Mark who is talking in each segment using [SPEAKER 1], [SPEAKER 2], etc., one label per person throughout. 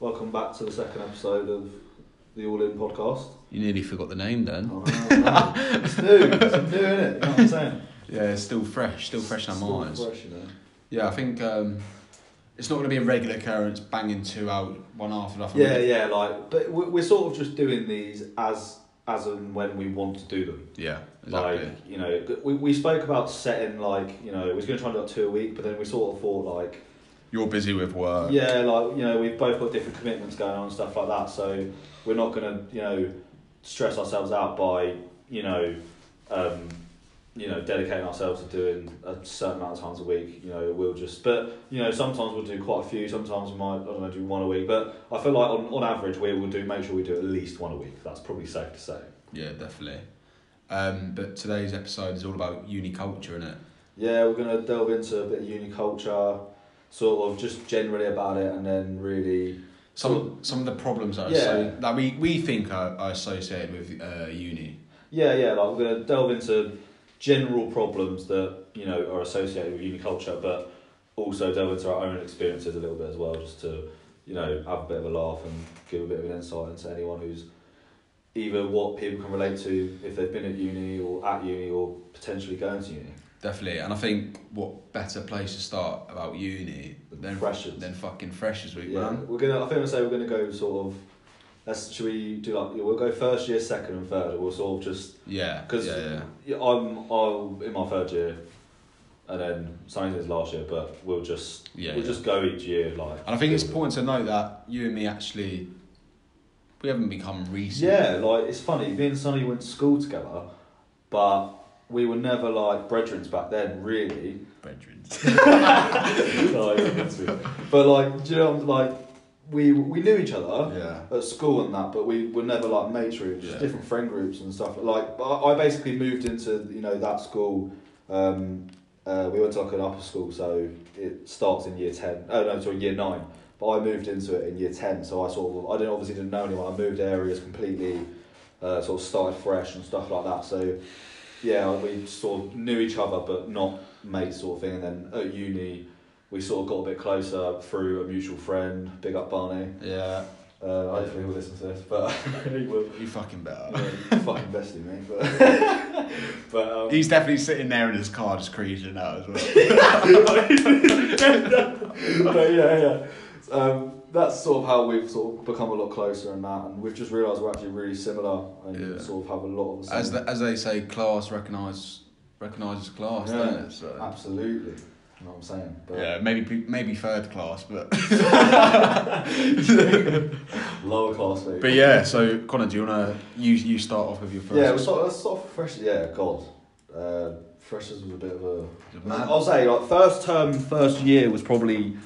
[SPEAKER 1] welcome back to the second episode of the All In podcast.
[SPEAKER 2] You nearly forgot the name then.
[SPEAKER 1] it's new, it's new, innit? You know what I'm saying?
[SPEAKER 2] Yeah, it's still fresh, still fresh in our
[SPEAKER 1] Still
[SPEAKER 2] minds.
[SPEAKER 1] fresh, you know.
[SPEAKER 2] Yeah, I think um, it's not going to be a regular occurrence, banging two out one after another.
[SPEAKER 1] Yeah, yeah, like, but we- we're sort of just doing these as as and when we want to do them.
[SPEAKER 2] yeah, exactly.
[SPEAKER 1] Like, you know, we, we spoke about setting, like, you know, we was going to try and do like two a week, but then we sort of thought, like,
[SPEAKER 2] You're busy with work.
[SPEAKER 1] yeah, like, you know, we've both got different commitments going on and stuff like that, so we're not going to, you know, stress ourselves out by, you know, um, you know, dedicating ourselves to doing a certain amount of times a week. You know, we'll just, but, you know, sometimes we'll do quite a few, sometimes we might, I don't know, do one a week, but I feel like on, on average we will do, make sure we do at least one a week. That's probably safe to say.
[SPEAKER 2] Yeah, definitely. Um, but today's episode is all about uni culture, isn't it?
[SPEAKER 1] Yeah, we're gonna delve into a bit of uni culture, sort of just generally about it, and then really
[SPEAKER 2] Some some of the problems that are
[SPEAKER 1] Yeah.
[SPEAKER 2] so, that we, we think are, are associated with uh, uni.
[SPEAKER 1] yeah, yeah, like we're gonna delve into general problems that you know are associated with uni culture, but also delve into our own experiences a little bit as well, just to you know have a bit of a laugh and give a bit of an insight into anyone who's either what people can relate to if they've been at uni or at uni or potentially going to uni.
[SPEAKER 2] Definitely, and I think what better place to start about uni than
[SPEAKER 1] freshers.
[SPEAKER 2] than fucking freshers week,
[SPEAKER 1] Yeah,
[SPEAKER 2] man.
[SPEAKER 1] we're gonna. I think I say we're gonna go sort of. Let's should we do like we'll go first year, second, and third. We'll sort of just
[SPEAKER 2] Yeah,
[SPEAKER 1] because
[SPEAKER 2] yeah, yeah.
[SPEAKER 1] I'm I'm in my third year, and then science is last year, but we'll just
[SPEAKER 2] Yeah,
[SPEAKER 1] we'll
[SPEAKER 2] yeah.
[SPEAKER 1] just go each year like.
[SPEAKER 2] And I think it's important to note that you and me actually, we haven't become recent.
[SPEAKER 1] Yeah, like it's funny. Me and Sonny went to school together, but we were never like brethrens back then, really.
[SPEAKER 2] Brethren.
[SPEAKER 1] like, but like, do you know, like we we knew each other.
[SPEAKER 2] Yeah.
[SPEAKER 1] at school and that, but we were never like mates. We were just
[SPEAKER 2] Yeah.
[SPEAKER 1] different friend groups and stuff. Like but I I basically moved into you know that school. Um, uh, we went to like an upper school, so it starts in year ten. Oh no, sorry, year nine. But I moved into it in year ten, so I sort of I didn't obviously didn't know anyone. I moved areas completely, uh, sort of started fresh and stuff like that. So yeah, we sort of knew each other, but not mates sort of thing. And then at uni. We sort of got a bit closer through a mutual friend, big up Barney.
[SPEAKER 2] Yeah.
[SPEAKER 1] Uh, I don't think he'll listen to this, but he will.
[SPEAKER 2] You fucking better.
[SPEAKER 1] He's fucking besting me, but but um,
[SPEAKER 2] He's definitely sitting there in his car just creasing out as well.
[SPEAKER 1] but yeah, yeah. Um, that's sort of how we've sort of become a lot closer and that, and we've just realised we're actually really similar and
[SPEAKER 2] Yeah.
[SPEAKER 1] sort of have a lot of the same.
[SPEAKER 2] as, the, as they say, class recognise recognises class,
[SPEAKER 1] Yeah.
[SPEAKER 2] doesn't it? So.
[SPEAKER 1] Absolutely, you know what I'm saying. But
[SPEAKER 2] Yeah, maybe pe- maybe third class, but
[SPEAKER 1] lower class mate.
[SPEAKER 2] but yeah. So Connor, do you wanna you you start off with your first?
[SPEAKER 1] yeah, we're sort of, sort of fresh. Yeah, God, uh, freshers was a bit of a
[SPEAKER 2] Mad-
[SPEAKER 1] I'll say like first term, first year was probably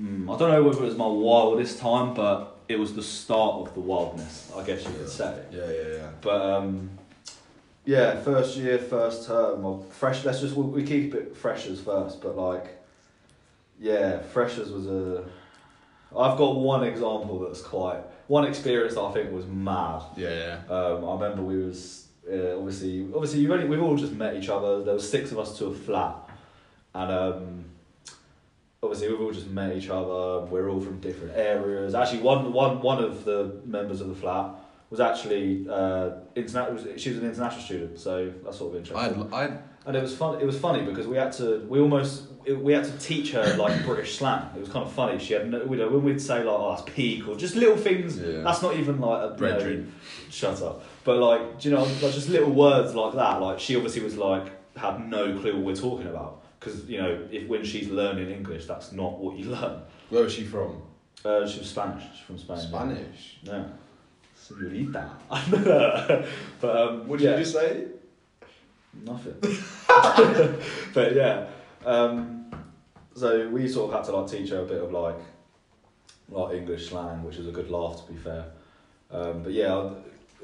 [SPEAKER 1] mm, I don't know whether it was my wildest time, but it was the start of the wildness, I guess you could say.
[SPEAKER 2] yeah, yeah, yeah.
[SPEAKER 1] But um, yeah, first year, first term, or fresh. Let's just we we keep it freshers first, but like yeah, freshers was a. I've got one example that's quite one experience that I think was mad.
[SPEAKER 2] Yeah, yeah.
[SPEAKER 1] Um, I remember we was uh, obviously obviously you've only, we've all just met each other. There was six of us to a flat, and um, obviously we've all just met each other. We're all from different areas. Actually, one one one of the members of the flat was actually uh, interna- was, she was an international student, so that's sort of interesting
[SPEAKER 2] I had, I had,
[SPEAKER 1] and it was fun. It was funny because we had to. We almost it- we had to teach her like British slang. It was kind of funny. She had no, you know when we'd say like oh that's peak or just little things.
[SPEAKER 2] Yeah.
[SPEAKER 1] That's not even like a you know,
[SPEAKER 2] Brethren.
[SPEAKER 1] shut up. But like do you know like, just little words like that. Like she obviously was like had no clue what we're talking about because you know if when she's learning English that's not what you learn.
[SPEAKER 2] where was she from?
[SPEAKER 1] Uh, she was Spanish. She's from Spain. yeah.
[SPEAKER 2] Spanish.
[SPEAKER 1] Yeah. Senorita. but um,
[SPEAKER 2] What did
[SPEAKER 1] yeah.
[SPEAKER 2] you just say?
[SPEAKER 1] Nothing. but yeah, um, so we sort of had to like teach her a bit of like, like English slang, which was a good laugh to be fair. Um, but yeah,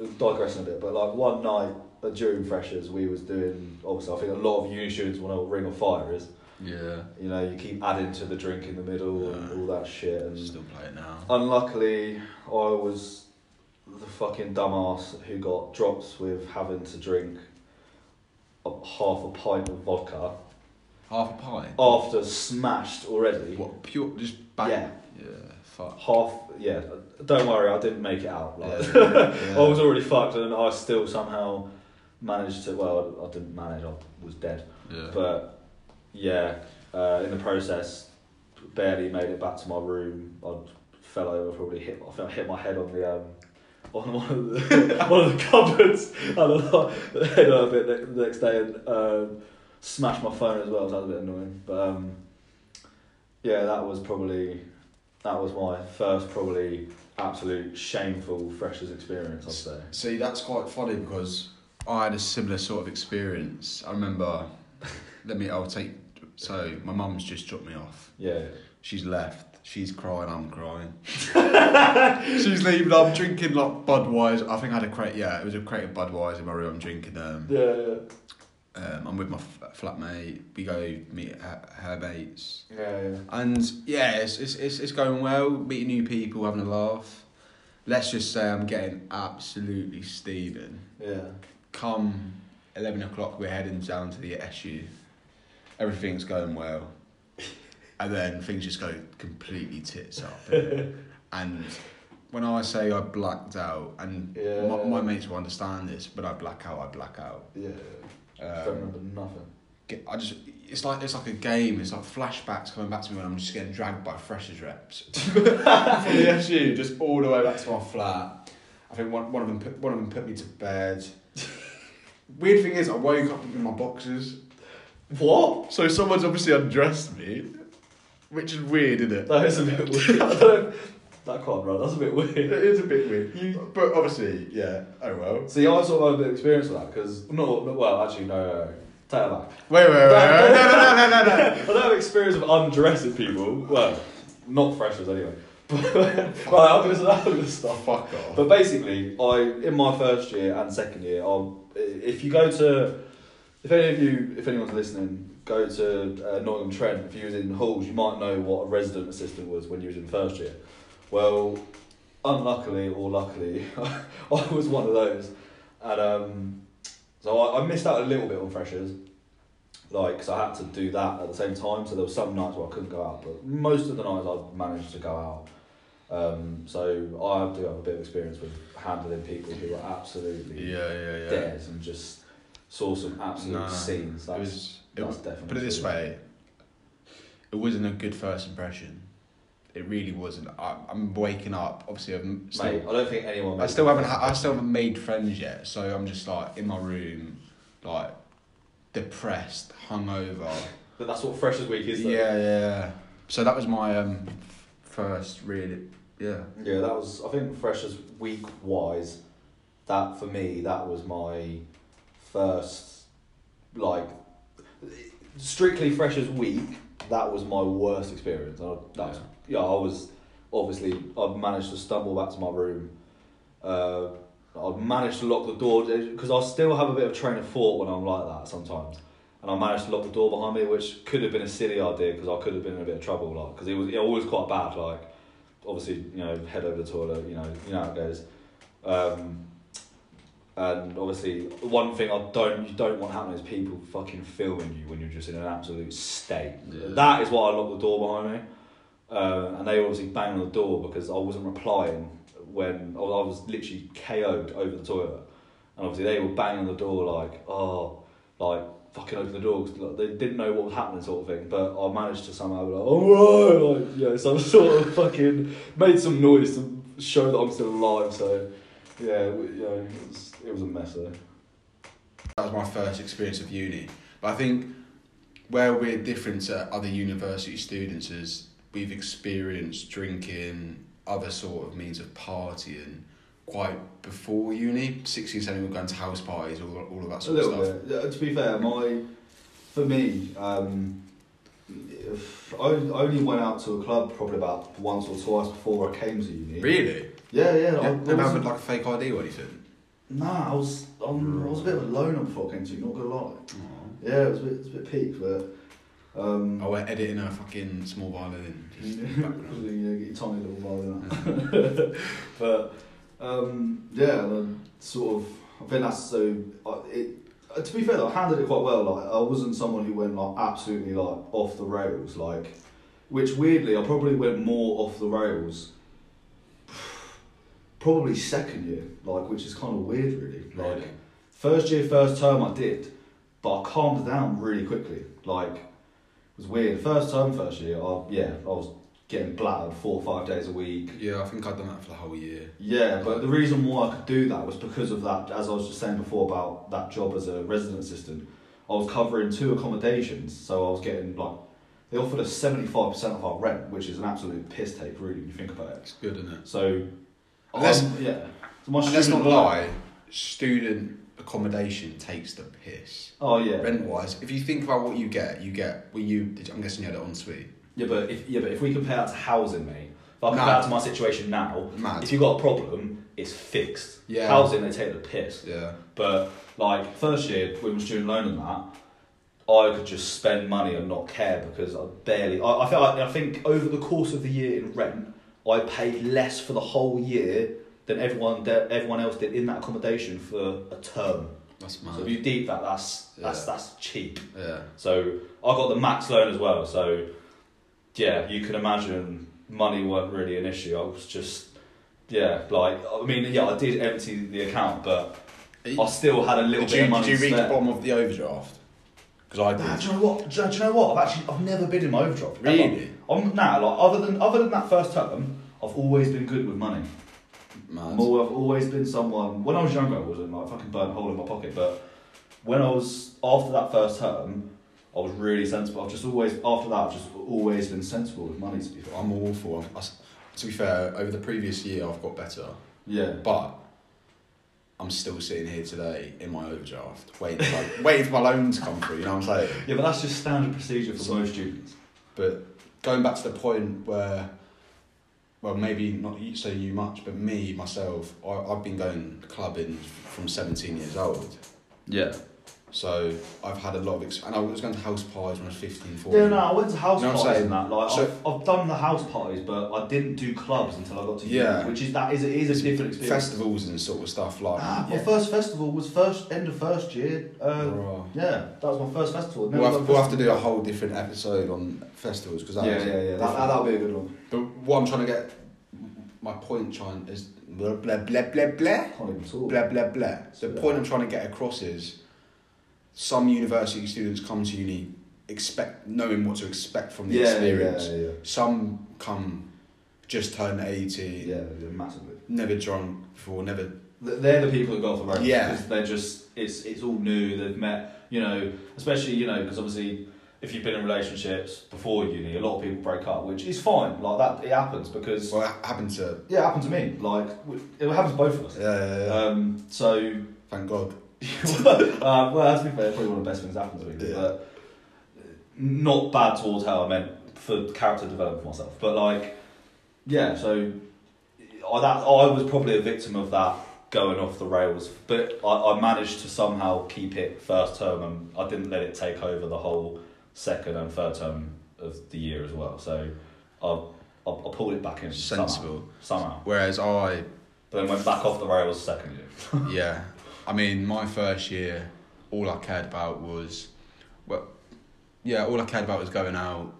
[SPEAKER 1] I'm digressing a bit. But like one night uh, during freshers, we was doing obviously I think a lot of uni students want to know what ring of fire is.
[SPEAKER 2] Yeah.
[SPEAKER 1] You know, you keep adding to the drink in the middle and all that shit. And
[SPEAKER 2] Still play it now.
[SPEAKER 1] unluckily, I was the fucking dumbass who got dropped with having to drink a, half a pint of vodka
[SPEAKER 2] Half a pint.
[SPEAKER 1] after smashed already.
[SPEAKER 2] What pure? Just bang.
[SPEAKER 1] Yeah.
[SPEAKER 2] Yeah. Fuck.
[SPEAKER 1] Half, yeah, don't worry, I didn't make it out. Like,
[SPEAKER 2] Yeah.
[SPEAKER 1] I was already fucked, and I still somehow managed to. Well, I didn't manage. I was dead.
[SPEAKER 2] Yeah.
[SPEAKER 1] But yeah, uh, in the process, barely made it back to my room. I fell over, probably hit. I felt hit my head on the um, on one of the one of the cupboards. and I like, head up it uh, the the next day and um, smashed my phone as well. So that was a bit annoying. But um, yeah, that was probably that was my first probably absolute shameful freshers experience. I'd say.
[SPEAKER 2] See, that's quite funny because I had a similar sort of experience. I remember, let me, I'll take, so my mum's just dropped me off.
[SPEAKER 1] Yeah.
[SPEAKER 2] She's left. She's crying, I'm crying. She's leaving, I'm drinking like Budweiser. I think I had a crate, yeah, it was a crate of Budweiser in my room. I'm drinking them.
[SPEAKER 1] Yeah. Yeah.
[SPEAKER 2] Um, I'm with my f- flatmate. We go meet her, her mates.
[SPEAKER 1] Yeah. yeah.
[SPEAKER 2] And yeah, it's, it's, it's, it's going well, meeting new people, having a laugh. Let's just say I'm getting absolutely steaming.
[SPEAKER 1] Yeah.
[SPEAKER 2] come 11 o'clock, we're heading down to the SU. Everything's going well. And then things just go completely tits up. innit? and when I say I blacked out, and my,
[SPEAKER 1] Yeah.
[SPEAKER 2] my mates will understand this, but I black out, I black out.
[SPEAKER 1] Yeah. Don't
[SPEAKER 2] Um,
[SPEAKER 1] remember nothing.
[SPEAKER 2] get- I just, it's like it's like a game. It's like flashbacks coming back to me when I'm just getting dragged by freshers reps from the SU, just all the way back to my flat. I think one, one of them put one of them put me to bed. Weird thing is, I woke up in my boxes.
[SPEAKER 1] What?
[SPEAKER 2] So someone's obviously undressed me, which is weird, isn't it?
[SPEAKER 1] That is a bit weird. I don't, that can't run. That's a bit
[SPEAKER 2] It
[SPEAKER 1] weird.
[SPEAKER 2] is a bit weird. You, but obviously, yeah. Oh well.
[SPEAKER 1] See, I sort of had a bit of experience with that because no, no, well, actually, no, no, no. Take that back.
[SPEAKER 2] Wait, wait, wait, wait. No, no, no, no, no, no.
[SPEAKER 1] I don't have experience of undressing people. Well, not freshers anyway. But right, I'm gonna, I'm gonna stop.
[SPEAKER 2] Oh, Fuck off.
[SPEAKER 1] But basically, I in my first year and second year, I if you go to if any of you if anyone's listening, go to uh, Nottingham Trent. If you was in halls, you might know what a resident assistant was when you was in first year. Well, unluckily or luckily, I was one of those, and um, so I, I missed out a little bit on freshers. Like, 'cause I had to do that at the same time, so there were some nights where I couldn't go out, but most of the nights I managed to go out. Um, so I do have a bit of experience with handling people who are absolutely
[SPEAKER 2] Yeah, yeah, yeah.
[SPEAKER 1] dead and just saw some absolute
[SPEAKER 2] Nah.
[SPEAKER 1] scenes.
[SPEAKER 2] It
[SPEAKER 1] That's,
[SPEAKER 2] was. It
[SPEAKER 1] that's definitely.
[SPEAKER 2] Put it this way, it wasn't a good first impression. It really wasn't. I, I'm waking up. Obviously, I'm still,
[SPEAKER 1] Mate, I don't think anyone.
[SPEAKER 2] I still haven't. Ha- I still haven't made friends yet. So I'm just like in my room, like depressed, hungover.
[SPEAKER 1] But that's what Freshers Week is. Though.
[SPEAKER 2] yeah, yeah. So that was my um first really. Yeah.
[SPEAKER 1] Yeah, that was. I think Freshers Week wise, that for me, that was my first, like, strictly Freshers Week. That was my worst experience. I, that was, yeah, I was obviously I managed to stumble back to my room. Uh, I managed to lock the door because I still have a bit of train of thought when I'm like that sometimes, and I managed to lock the door behind me, which could have been a silly idea because I could have been in a bit of trouble, like because it was it was quite bad, like obviously you know head over the toilet, you know you know how it goes, um, and obviously one thing I don't you don't want happening is people fucking filming you when you're just in an absolute state.
[SPEAKER 2] Yeah.
[SPEAKER 1] That is why I locked the door behind me. Um, and they obviously banged on the door because I wasn't replying when I was I was literally KO'd over the toilet. And obviously they were banging on the door like, oh, like fucking open the door. 'cause, like, they didn't know what was happening sort of thing. But I managed to somehow be like, all right, like, yeah, so I sort of fucking made some noise to show that I'm still alive. So yeah, w- you know, it was, it was a mess though.
[SPEAKER 2] That was my first experience of uni. But I think where we're different to other university students is we've experienced drinking, other sort of means of partying quite before uni. 16, 17, we've gone to house parties, all, all of that
[SPEAKER 1] A
[SPEAKER 2] sort of
[SPEAKER 1] little
[SPEAKER 2] stuff.
[SPEAKER 1] bit. Uh, To be fair, my for me, um, if- I only went out to a club probably about once or twice before I came to uni.
[SPEAKER 2] Really?
[SPEAKER 1] Yeah, yeah. I, I
[SPEAKER 2] Yeah, never
[SPEAKER 1] was,
[SPEAKER 2] had like a fake ID or anything.
[SPEAKER 1] nah, I was um, I was a bit of a loner before I came to uni. Not gonna lie. Yeah, it was a bit, it was a bit peak, but um,
[SPEAKER 2] Oh, we're editing a fucking small violin. Just in the background.
[SPEAKER 1] you get your tiny little violin out. but um, yeah, the sort of I think that's so. I, it, uh, to be fair, though, I handled it quite well. Like I wasn't someone who went like absolutely like off the rails. Like, which weirdly, I probably went more off the rails probably second year, like which is kind of weird, really. Like
[SPEAKER 2] Really?
[SPEAKER 1] first year, first term, I did, but I calmed down really quickly. Like it was weird. First term, first year, I yeah, I was getting blattered four or five days a week.
[SPEAKER 2] Yeah, I think I've done that for the whole year.
[SPEAKER 1] Yeah, but the reason why I could do that was because of that, as I was just saying before about that job as a resident assistant. I was covering two accommodations, so I was getting like they offered us seventy five percent of our rent, which is an absolute piss take, really, when you think about it.
[SPEAKER 2] It's good, isn't it?
[SPEAKER 1] So,
[SPEAKER 2] And let's-
[SPEAKER 1] I'm- yeah, so my
[SPEAKER 2] And let's
[SPEAKER 1] student
[SPEAKER 2] not lie, student accommodation takes the piss.
[SPEAKER 1] Oh yeah,
[SPEAKER 2] Rent wise, if you think about what you get, you get when you. did- I'm guessing you had it en suite.
[SPEAKER 1] yeah, but if yeah, but if we compare that to housing, mate, if I compare
[SPEAKER 2] Mad.
[SPEAKER 1] that to my situation now,
[SPEAKER 2] Mad.
[SPEAKER 1] if you've got a problem, it's fixed.
[SPEAKER 2] Yeah.
[SPEAKER 1] housing they take the piss.
[SPEAKER 2] Yeah.
[SPEAKER 1] But like first year with my student loan and that, I could just spend money and not care because I barely. I I, felt like, I think over the course of the year in rent, I paid less for the whole year than everyone de- everyone else did in that accommodation for a term.
[SPEAKER 2] That's
[SPEAKER 1] So
[SPEAKER 2] mad.
[SPEAKER 1] if you deep that, that's that's
[SPEAKER 2] Yeah.
[SPEAKER 1] that's cheap.
[SPEAKER 2] yeah.
[SPEAKER 1] So I got the max loan as well. So yeah, you can imagine money weren't really an issue. I was just yeah, like I mean yeah, I did empty the account, but I still had a little
[SPEAKER 2] Did
[SPEAKER 1] bit
[SPEAKER 2] you,
[SPEAKER 1] of money
[SPEAKER 2] did you
[SPEAKER 1] to
[SPEAKER 2] read the
[SPEAKER 1] spare.
[SPEAKER 2] bottom of the overdraft? Because
[SPEAKER 1] Nah,
[SPEAKER 2] I
[SPEAKER 1] do
[SPEAKER 2] did.
[SPEAKER 1] you know what? Do, you- do you know what? I've actually I've never been in my overdraft. ever.
[SPEAKER 2] Really?
[SPEAKER 1] I'm now like other than other than that first term, I've always been good with money.
[SPEAKER 2] Mad.
[SPEAKER 1] I'm al- I've always been someone. When I was younger, I wasn't like fucking burnt a hole in my pocket. But when I was after that first term, I was really sensible. I've just always after that, I've just always been sensible with money. To be fair.
[SPEAKER 2] I'm awful. I s to be fair, over the previous year, I've got better,
[SPEAKER 1] Yeah.
[SPEAKER 2] but I'm still sitting here today in my overdraft, waiting, for, my- waiting for my loan to come through. You know what I'm saying?
[SPEAKER 1] Yeah, but that's just standard procedure for most students.
[SPEAKER 2] But going back to the point where, well, maybe not you- so you much, but me myself, I, I've been going clubbing from 17 years old.
[SPEAKER 1] Yeah.
[SPEAKER 2] So I've had a lot of experience, and I was going to house parties when I was 15, 14.
[SPEAKER 1] Yeah, no, I went to house
[SPEAKER 2] You know what I'm
[SPEAKER 1] parties and
[SPEAKER 2] saying?
[SPEAKER 1] that. Like,
[SPEAKER 2] So-
[SPEAKER 1] I've, I've done the house parties, but I didn't do clubs until I got to uni,
[SPEAKER 2] Yeah.
[SPEAKER 1] which is that is it is a different experience.
[SPEAKER 2] Festivals and sort of stuff like.
[SPEAKER 1] Ah, my
[SPEAKER 2] yeah.
[SPEAKER 1] first festival was first end of first year. Uh,
[SPEAKER 2] Bruh.
[SPEAKER 1] yeah, that was my first festival. Never
[SPEAKER 2] We'll
[SPEAKER 1] done
[SPEAKER 2] have, we'll have to
[SPEAKER 1] festival.
[SPEAKER 2] do a whole different episode on festivals because that
[SPEAKER 1] Yeah,
[SPEAKER 2] was
[SPEAKER 1] yeah, yeah. That,
[SPEAKER 2] different.
[SPEAKER 1] that, that'll be a good one.
[SPEAKER 2] But what I'm trying to get, my point trying is blah blah blah blah blah
[SPEAKER 1] Can't even talk.
[SPEAKER 2] blah blah blah. The
[SPEAKER 1] Yeah.
[SPEAKER 2] point I'm trying to get across is, some university students come to uni expect knowing what to expect from the
[SPEAKER 1] yeah,
[SPEAKER 2] experience.
[SPEAKER 1] yeah, yeah,
[SPEAKER 2] Some come just turned eighteen,
[SPEAKER 1] yeah, yeah, yeah, massively.
[SPEAKER 2] never drunk before, never
[SPEAKER 1] Th- They're the people who go off the road.
[SPEAKER 2] Yeah.
[SPEAKER 1] because they're just it's it's all new. They've met, you know, especially you know because obviously if you've been in relationships before uni, a lot of people break up, which is fine. Like that, it happens because
[SPEAKER 2] well it happened to.
[SPEAKER 1] Yeah, it happened to me. Like w- it happened to both of us.
[SPEAKER 2] Yeah, yeah, yeah.
[SPEAKER 1] Um, so
[SPEAKER 2] uh, thank God.
[SPEAKER 1] uh, well, to be fair, probably one of the best things that happened to me.
[SPEAKER 2] Yeah.
[SPEAKER 1] But not bad towards how I meant for character development for myself. But like, yeah. So I, that I was probably a victim of that going off the rails, but I, I managed to somehow keep it first term, and I didn't let it take over the whole second and third term of the year as well. So I I, I pulled it back in somehow-
[SPEAKER 2] Sensible.
[SPEAKER 1] somehow.
[SPEAKER 2] Whereas I
[SPEAKER 1] But then went back off the rails second year.
[SPEAKER 2] yeah, I mean, my first year, all I cared about was, well, yeah, all I cared about was going out,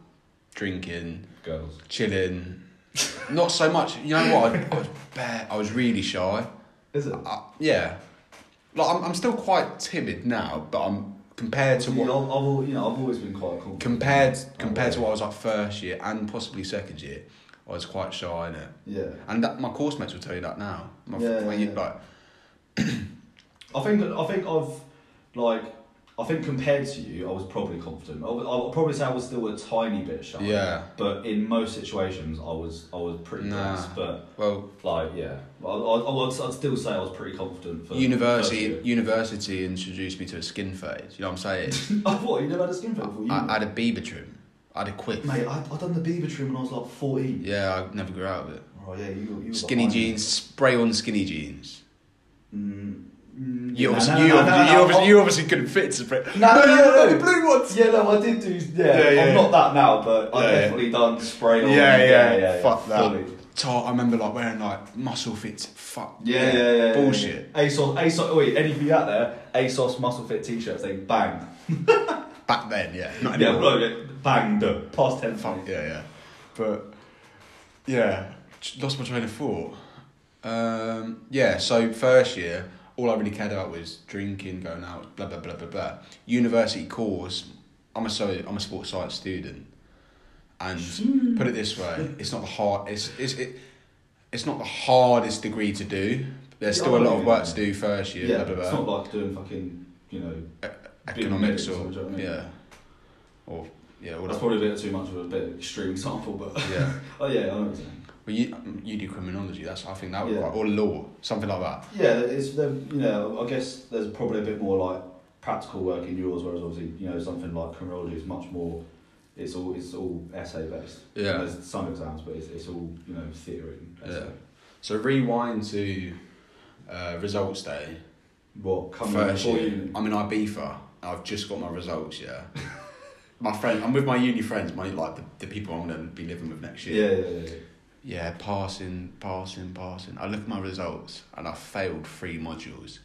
[SPEAKER 2] drinking,
[SPEAKER 1] Girls.
[SPEAKER 2] chilling. Not so much. You know what? I, I was bare. I was really shy.
[SPEAKER 1] Is it?
[SPEAKER 2] I, yeah, like I'm, I'm still quite timid now, but I'm compared to
[SPEAKER 1] you
[SPEAKER 2] what
[SPEAKER 1] know, I've, al- you know, I've always been quite confident.
[SPEAKER 2] compared
[SPEAKER 1] Oh,
[SPEAKER 2] compared to
[SPEAKER 1] yeah.
[SPEAKER 2] what I was like first year and possibly second year. I was quite shy in it.
[SPEAKER 1] Yeah.
[SPEAKER 2] And that, my course mates will tell you that now. My,
[SPEAKER 1] Yeah,
[SPEAKER 2] my-
[SPEAKER 1] yeah, yeah.
[SPEAKER 2] Like,
[SPEAKER 1] I think I think I've like I think compared to you, I was probly confident. I would, I would probably say I was still a tiny bit shy.
[SPEAKER 2] yeah.
[SPEAKER 1] But in most situations, I was I was pretty
[SPEAKER 2] Nah.
[SPEAKER 1] nice. But
[SPEAKER 2] Well,
[SPEAKER 1] like, yeah, I, I, I would, I'd still say I was pretty confident for
[SPEAKER 2] university
[SPEAKER 1] first year.
[SPEAKER 2] university introduced me to a skin phase. You know what I'm saying?
[SPEAKER 1] I thought you never had a skin fit before. You
[SPEAKER 2] I, I had a Bieber trim. I had a quiff.
[SPEAKER 1] Mate, I I done the Bieber trim when I was like fourteen.
[SPEAKER 2] Yeah, I never grew out of it.
[SPEAKER 1] Oh yeah, you, you were
[SPEAKER 2] Skinny
[SPEAKER 1] behind me.
[SPEAKER 2] jeans, spray on skinny jeans.
[SPEAKER 1] Mm, mm, yeah,
[SPEAKER 2] You obviously,
[SPEAKER 1] no, no,
[SPEAKER 2] you,
[SPEAKER 1] no, no,
[SPEAKER 2] obviously,
[SPEAKER 1] no,
[SPEAKER 2] you,
[SPEAKER 1] no,
[SPEAKER 2] obviously
[SPEAKER 1] I'll-
[SPEAKER 2] you obviously couldn't fit to spray.
[SPEAKER 1] No, no,
[SPEAKER 2] you
[SPEAKER 1] no,
[SPEAKER 2] had
[SPEAKER 1] no.
[SPEAKER 2] the blue ones.
[SPEAKER 1] Yeah, no, I did do. Yeah,
[SPEAKER 2] Yeah, yeah.
[SPEAKER 1] I'm not that now, but I've
[SPEAKER 2] Yeah, yeah.
[SPEAKER 1] definitely done spray on.
[SPEAKER 2] Yeah, yeah, fuck that.
[SPEAKER 1] fully.
[SPEAKER 2] So I remember like wearing like muscle fits. Fuck.
[SPEAKER 1] Yeah, yeah, yeah. yeah
[SPEAKER 2] Bullshit.
[SPEAKER 1] Yeah. ASOS, ASOS, wait, anything out there? ASOS muscle fit t-shirts, they banged.
[SPEAKER 2] Back then, yeah. Not
[SPEAKER 1] Yeah,
[SPEAKER 2] anymore.
[SPEAKER 1] well, yeah, banged. Past ten
[SPEAKER 2] Fuck,
[SPEAKER 1] times.
[SPEAKER 2] yeah, yeah. But yeah, j- lost my train of thought. Um, yeah, so first year, all I really cared about was drinking, going out, blah blah blah blah blah. University course, I'm a so I'm a sports science student,
[SPEAKER 1] Hmm.
[SPEAKER 2] and put it this way, it's not the hard it's it's it, it's not the hardest degree to do. but There's
[SPEAKER 1] Yeah,
[SPEAKER 2] still
[SPEAKER 1] I
[SPEAKER 2] a
[SPEAKER 1] know
[SPEAKER 2] lot
[SPEAKER 1] what
[SPEAKER 2] of
[SPEAKER 1] you
[SPEAKER 2] work
[SPEAKER 1] mean.
[SPEAKER 2] to do first year,
[SPEAKER 1] yeah,
[SPEAKER 2] blah blah
[SPEAKER 1] it's
[SPEAKER 2] blah.
[SPEAKER 1] not like doing fucking, you know, big
[SPEAKER 2] Economics
[SPEAKER 1] mix or
[SPEAKER 2] or
[SPEAKER 1] do you know what I mean?
[SPEAKER 2] yeah, or yeah,
[SPEAKER 1] that's
[SPEAKER 2] whatever.
[SPEAKER 1] probably a bit too much of a bit extreme sample, but
[SPEAKER 2] Yeah,
[SPEAKER 1] oh yeah, I know what you're saying.
[SPEAKER 2] well, you um, you do criminology. That's I think that would
[SPEAKER 1] Yeah.
[SPEAKER 2] or law, something like that.
[SPEAKER 1] Yeah, it's the you know I guess there's probably a bit more like practical work in yours, whereas obviously you know something like criminology is much more. It's all it's all essay based.
[SPEAKER 2] Yeah.
[SPEAKER 1] There's some exams, but it's, it's all you know theory. And essay.
[SPEAKER 2] Yeah. So rewind to uh, results day.
[SPEAKER 1] What coming
[SPEAKER 2] First
[SPEAKER 1] before
[SPEAKER 2] year,
[SPEAKER 1] you?
[SPEAKER 2] I'm in Ibiza. I've just got my results. Yeah. my friend, I'm with my uni friends. My like the, the people I'm gonna be living with next year.
[SPEAKER 1] Yeah, yeah, yeah, yeah.
[SPEAKER 2] Yeah, passing, passing, passing. I look at my results and I failed three modules.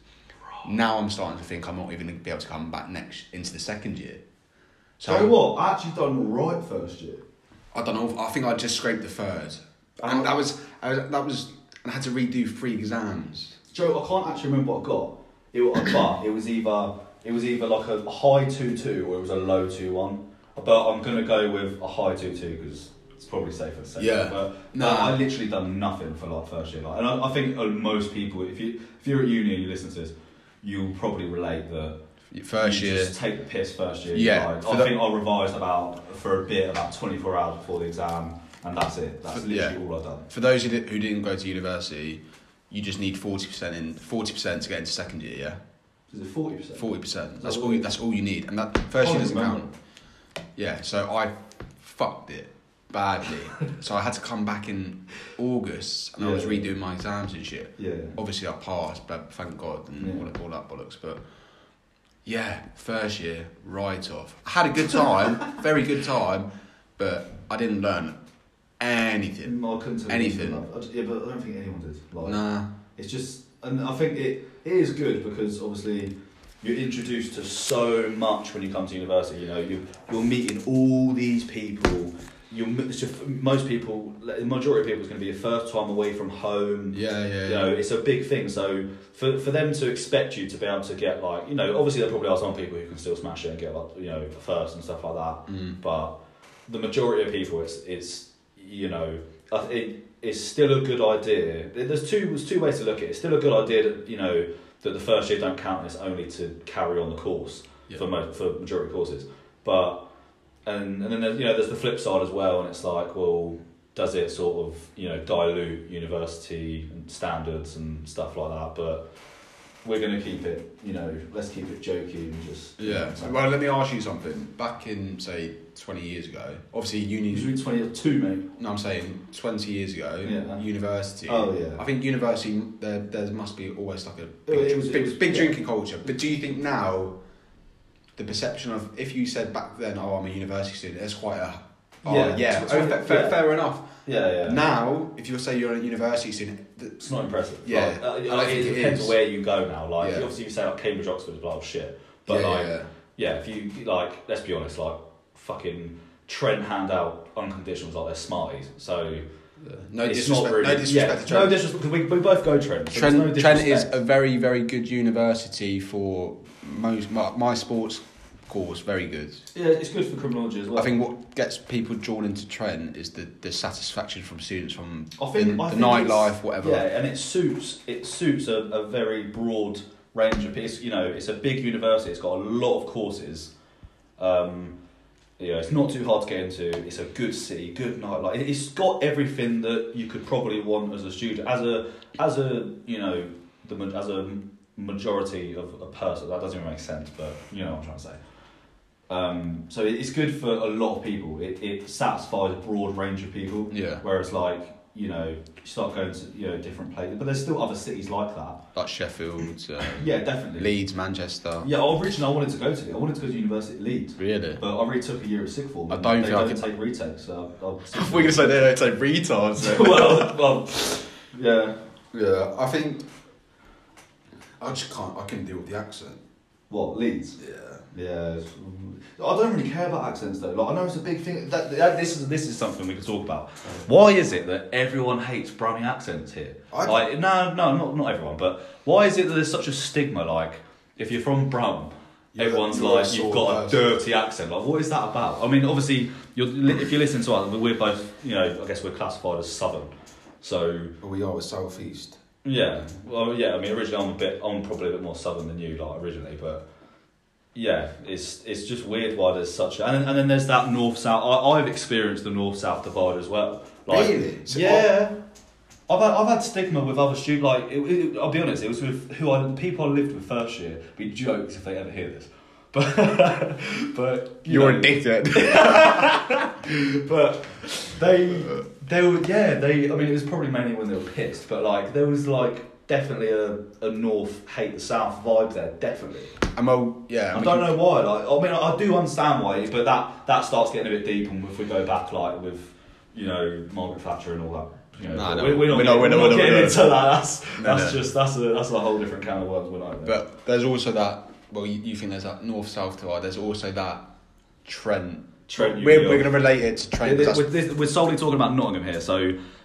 [SPEAKER 2] Now I'm starting to think I'm not even gonna be able to come back next into the second year.
[SPEAKER 1] So you know what? I actually done all right first year.
[SPEAKER 2] I don't know. I think I just scraped the third, and that was, I was that was. and I had to redo three exams.
[SPEAKER 1] Joe, I can't actually remember what I got. It was, but it was either it was either like a high two two or it was a low two one. But I'm gonna go with a high two two because it's probably safer to say.
[SPEAKER 2] Yeah.
[SPEAKER 1] But
[SPEAKER 2] No.
[SPEAKER 1] no, I literally done nothing for like first year. Like, and I, I think uh, most people, if you if you're at uni and you listen to this, you'll probably relate that.
[SPEAKER 2] First
[SPEAKER 1] you
[SPEAKER 2] year,
[SPEAKER 1] just take the piss first year.
[SPEAKER 2] Yeah,
[SPEAKER 1] Like,
[SPEAKER 2] for
[SPEAKER 1] I
[SPEAKER 2] the-
[SPEAKER 1] think I revised about for a bit, about twenty four hours before the exam, and that's it. That's
[SPEAKER 2] For-
[SPEAKER 1] literally all I've done.
[SPEAKER 2] for those who, di- who didn't go to university, you just need forty percent in forty percent to get into second year. Yeah,
[SPEAKER 1] Is it forty percent?
[SPEAKER 2] forty percent. That's all. You, that's all you need, and that first year doesn't count. Yeah. So I fucked it badly. so I had to come back in August, and I was
[SPEAKER 1] Yeah.
[SPEAKER 2] redoing my exams and shit.
[SPEAKER 1] Yeah.
[SPEAKER 2] Obviously, I passed, but thank God and all, that, all that bollocks. But yeah, first year right off. I had a good time, very good time, but I didn't learn anything.
[SPEAKER 1] No, I couldn't tell you
[SPEAKER 2] Anything.
[SPEAKER 1] about that. I d- Yeah, but I don't think anyone did. Like,
[SPEAKER 2] Nah.
[SPEAKER 1] It's just, and I think it, it is good because obviously you're introduced to so much when you come to university. You know, you, you're meeting all these people. You're, m- it's your, f- most people, the majority of people, is going to be your first time away from home.
[SPEAKER 2] Yeah, yeah,
[SPEAKER 1] You
[SPEAKER 2] yeah.
[SPEAKER 1] know, it's a big thing. So for, for them to expect you to be able to get like, you know, obviously there probably are some people who can still smash it and get like, you know, first and stuff like that
[SPEAKER 2] Mm.
[SPEAKER 1] but the majority of people it's it's you know I th- it, it's still a good idea There- there's two there's two ways to look at it it's still a good idea that you know that the first year don't count and it's only to carry on the course
[SPEAKER 2] Yeah.
[SPEAKER 1] for most for majority courses but and and then there's, you know there's the flip side as well and it's like well does it sort of you know dilute university and standards and stuff like that but we're going to keep it you know let's keep it jokey and just
[SPEAKER 2] Yeah. Well, let me ask you something. Back in say twenty years ago, obviously uni.
[SPEAKER 1] Usually 22, mate.
[SPEAKER 2] No, I'm saying twenty years ago,
[SPEAKER 1] Yeah.
[SPEAKER 2] university.
[SPEAKER 1] Oh, yeah. Oh,
[SPEAKER 2] I think university there there must be always like a big,
[SPEAKER 1] It was- it
[SPEAKER 2] big,
[SPEAKER 1] was-
[SPEAKER 2] big
[SPEAKER 1] yeah.
[SPEAKER 2] drinking culture. But do you think now, the perception of if you said back then, oh, I'm a university student, that's quite a oh, yeah,
[SPEAKER 1] Yeah.
[SPEAKER 2] yeah.
[SPEAKER 1] It's
[SPEAKER 2] Oh,
[SPEAKER 1] quite-
[SPEAKER 2] fa- fa-
[SPEAKER 1] yeah.
[SPEAKER 2] fair enough.
[SPEAKER 1] Yeah, yeah.
[SPEAKER 2] Now, if you say you're a university student, th-
[SPEAKER 1] It's not impressive.
[SPEAKER 2] Yeah,
[SPEAKER 1] Like, uh,
[SPEAKER 2] I
[SPEAKER 1] like,
[SPEAKER 2] don't
[SPEAKER 1] it,
[SPEAKER 2] think it
[SPEAKER 1] depends
[SPEAKER 2] is.
[SPEAKER 1] where you go now. Like,
[SPEAKER 2] Yeah.
[SPEAKER 1] obviously, you say like Cambridge, Oxford, is like oh, shit. But
[SPEAKER 2] yeah,
[SPEAKER 1] like, yeah.
[SPEAKER 2] yeah,
[SPEAKER 1] if you like, let's be honest, like fucking Trent hand out unconditionals like they're smarties. So
[SPEAKER 2] yeah. no
[SPEAKER 1] it's
[SPEAKER 2] disrespect,
[SPEAKER 1] not really.
[SPEAKER 2] no disrespect
[SPEAKER 1] yeah,
[SPEAKER 2] to Trent.
[SPEAKER 1] No disrespect. 'cause We, we both go Trent. So
[SPEAKER 2] Trent,
[SPEAKER 1] there's no
[SPEAKER 2] Trent is
[SPEAKER 1] disrespect.
[SPEAKER 2] a very, very good university for most. My, my sports course, very good.
[SPEAKER 1] Yeah, it's good for criminology as well.
[SPEAKER 2] I think what gets people drawn into Trent is the, the satisfaction from students from
[SPEAKER 1] I think-
[SPEAKER 2] the,
[SPEAKER 1] I
[SPEAKER 2] the
[SPEAKER 1] think it's-
[SPEAKER 2] nightlife, whatever.
[SPEAKER 1] Yeah, and it suits it suits a, a very broad range of people. You know, it's a big university. It's got a lot of courses. Um, you know, it's not too hard to get into. It's a good city, good night. Like it- it's got everything that you could probably want as a student, as a as a you know the ma- as a majority of a person. That doesn't even make sense, but you know what I'm trying to say. Um, so it- it's good for a lot of people. It it satisfies a broad range of people.
[SPEAKER 2] Yeah,
[SPEAKER 1] Whereas, like, you know, you start going to, you know, different places. But there's still other cities like that.
[SPEAKER 2] like Sheffield, uh,
[SPEAKER 1] Yeah, definitely.
[SPEAKER 2] Leeds, Manchester.
[SPEAKER 1] Yeah, originally I wanted to go to, I wanted to go to University of Leeds.
[SPEAKER 2] Really?
[SPEAKER 1] But I really took a year at sixth form.
[SPEAKER 2] I
[SPEAKER 1] and
[SPEAKER 2] don't
[SPEAKER 1] they
[SPEAKER 2] think I
[SPEAKER 1] don't
[SPEAKER 2] could-
[SPEAKER 1] take retakes, so I'll... I'll
[SPEAKER 2] We're gonna say they don't take retards.
[SPEAKER 1] well, well, yeah.
[SPEAKER 2] yeah, I think I just can't. I can deal with the accent.
[SPEAKER 1] What Leeds?
[SPEAKER 2] Yeah.
[SPEAKER 1] Yeah, it's- I don't really care about accents though. Like I know it's a big thing. That, that this is this is something we could talk about. Why is it that everyone hates Brownie accents here?
[SPEAKER 2] I-
[SPEAKER 1] Like no, no, not not everyone, but why is it that there's such a stigma? Like if you're from Brum,
[SPEAKER 2] You're-
[SPEAKER 1] everyone's
[SPEAKER 2] you're a
[SPEAKER 1] like you've
[SPEAKER 2] sore
[SPEAKER 1] got a
[SPEAKER 2] person."
[SPEAKER 1] dirty accent. Like what is that about? I mean, obviously, you're, li- if you listen to us, we're both you know I guess we're classified as southern, so
[SPEAKER 2] But we are with Southeast.
[SPEAKER 1] yeah, well, yeah. I mean, originally I'm a bit, I'm probably a bit more southern than you, like originally, but yeah, it's it's just weird why there's such, and then- and then theast that north south. I I've experienced the north south divide as well. Like,
[SPEAKER 2] really? So
[SPEAKER 1] yeah. I've had, I've had stigma with other students. Like, it, it- I'll be honest, it was with who I people I lived with first year. Be jokes if they ever hear this, but but you know,
[SPEAKER 2] dickhead.
[SPEAKER 1] but they they were yeah they I mean it was probably mainly when they were pissed but like there was like definitely a, a north hate the south vibe there definitely
[SPEAKER 2] I'm all, yeah.
[SPEAKER 1] I
[SPEAKER 2] we
[SPEAKER 1] don't know why like I mean I, I do understand why but that that starts getting a bit deep and if we go back like with you know Margaret Thatcher and all that you know
[SPEAKER 2] Nah, no.
[SPEAKER 1] we're, we're not
[SPEAKER 2] We're
[SPEAKER 1] getting,
[SPEAKER 2] not- we're not-
[SPEAKER 1] we're not
[SPEAKER 2] we're not-
[SPEAKER 1] getting
[SPEAKER 2] we're not.
[SPEAKER 1] into that that's
[SPEAKER 2] No,
[SPEAKER 1] that's
[SPEAKER 2] no.
[SPEAKER 1] just that's a that's a whole different kind of worms we're not in there.
[SPEAKER 2] But there's also that. Well, you, you think there's that north south divide. There's also that Trent.
[SPEAKER 1] Trent, you
[SPEAKER 2] we're
[SPEAKER 1] know.
[SPEAKER 2] we're going to relate it to Trent. 'cause
[SPEAKER 1] We're,
[SPEAKER 2] that's-
[SPEAKER 1] we're- we're solely talking about Nottingham here, so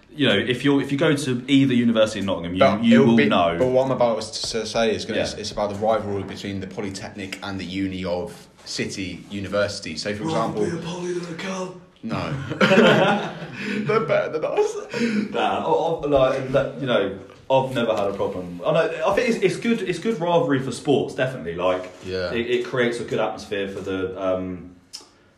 [SPEAKER 1] you know if you if you go to either university in Nottingham,
[SPEAKER 2] but
[SPEAKER 1] you, you
[SPEAKER 2] it'll
[SPEAKER 1] will
[SPEAKER 2] be-
[SPEAKER 1] know.
[SPEAKER 2] But what I'm about to say is going
[SPEAKER 1] Yeah.
[SPEAKER 2] to it's about the rivalry between the polytechnic and the uni of city university. So, for example, no, they're better than us.
[SPEAKER 1] Nah, I- I- like, and that- you know, I've never had a problem. I know. I think it's, it's good. It's good rivalry for sports, definitely. Like,
[SPEAKER 2] Yeah.
[SPEAKER 1] it, it creates a good atmosphere for the um,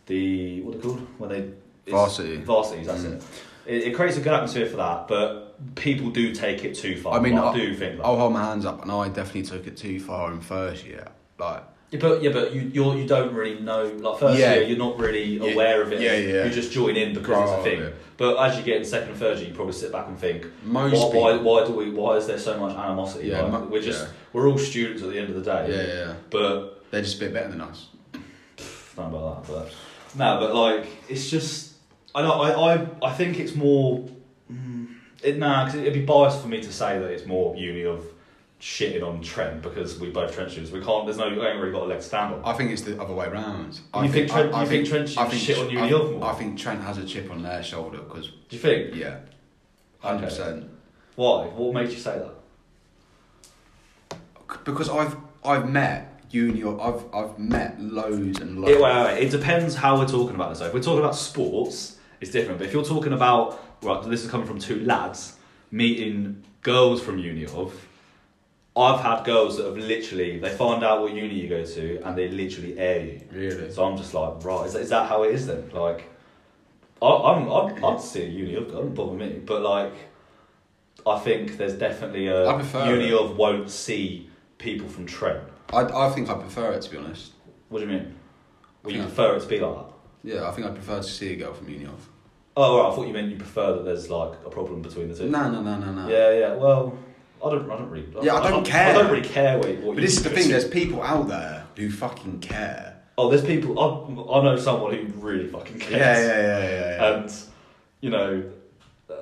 [SPEAKER 1] the what are they called when they it's-
[SPEAKER 2] Varsity. Mm.
[SPEAKER 1] Varsities, that's it. it. It creates a good atmosphere for that, but people do take it too far.
[SPEAKER 2] I mean,
[SPEAKER 1] I,
[SPEAKER 2] I-
[SPEAKER 1] do think that.
[SPEAKER 2] I'll hold my hands up, and I definitely took it too far in first year. Like,
[SPEAKER 1] Yeah, but yeah, but you you're, you don't really know. Like first
[SPEAKER 2] Yeah.
[SPEAKER 1] year, you're not really
[SPEAKER 2] Yeah.
[SPEAKER 1] aware of it.
[SPEAKER 2] Yeah, yeah. Oh,
[SPEAKER 1] You just join in because
[SPEAKER 2] Grow
[SPEAKER 1] it's a
[SPEAKER 2] out
[SPEAKER 1] thing.
[SPEAKER 2] of it.
[SPEAKER 1] But as you get in second and third year, you probably sit back and think,
[SPEAKER 2] Most
[SPEAKER 1] why, why,
[SPEAKER 2] people-
[SPEAKER 1] why do we? Why is there so much animosity?
[SPEAKER 2] Yeah,
[SPEAKER 1] Like,
[SPEAKER 2] mo-
[SPEAKER 1] we're just
[SPEAKER 2] yeah.
[SPEAKER 1] we're all students at the end of the
[SPEAKER 2] yeah,
[SPEAKER 1] day.
[SPEAKER 2] yeah, yeah.
[SPEAKER 1] But
[SPEAKER 2] they're just a bit better than us.
[SPEAKER 1] don't know about that. But no, but like it's just I know I I, I think it's more. Mm, it, nah, because it'd be biased for me to say that it's more uni of shitting on Trent because we both Trent students. We can't. There's no. We ain't really got a leg to stand on.
[SPEAKER 2] I think it's the other way round. I
[SPEAKER 1] You think Trent- you think Trent should shit on
[SPEAKER 2] I,
[SPEAKER 1] Uni Elf more?
[SPEAKER 2] I think Trent has a chip on their shoulder because
[SPEAKER 1] Do you think?
[SPEAKER 2] yeah, hundred percent.
[SPEAKER 1] Why? What made you say that?
[SPEAKER 2] Because I've I've met uni. I've I've met loads and loads.
[SPEAKER 1] It, wait, wait, wait. it depends how we're talking about this. So if we're talking about sports, it's different. But if you're talking about, right, this is coming from two lads meeting girls from uni of, I've had girls that have literally, they find out what uni you go to and they literally air you.
[SPEAKER 2] Really?
[SPEAKER 1] So I'm just like, right, is that, is that how it is then? Like, I, I'm, I'd, I'd see a uni of, it wouldn't bother me. But like, I think there's definitely a
[SPEAKER 2] I prefer
[SPEAKER 1] uni
[SPEAKER 2] it.
[SPEAKER 1] of won't see people from Trent.
[SPEAKER 2] I I think I prefer it to be honest.
[SPEAKER 1] What do you mean? Well, you
[SPEAKER 2] Yeah.
[SPEAKER 1] prefer it to be like that?
[SPEAKER 2] Yeah, I think I prefer to see a girl from uni. Off.
[SPEAKER 1] Oh, right. I thought you meant you prefer that there's like a problem between the two.
[SPEAKER 2] No, no, no, no, no.
[SPEAKER 1] Yeah, yeah. Well, I don't. I don't really.
[SPEAKER 2] Yeah, I don't care.
[SPEAKER 1] I don't really care what. what
[SPEAKER 2] But
[SPEAKER 1] you
[SPEAKER 2] this is the
[SPEAKER 1] do.
[SPEAKER 2] thing. There's people out there who fucking care.
[SPEAKER 1] Oh, there's people. I, I know someone who really fucking cares.
[SPEAKER 2] yeah, yeah, yeah.
[SPEAKER 1] And you know, uh,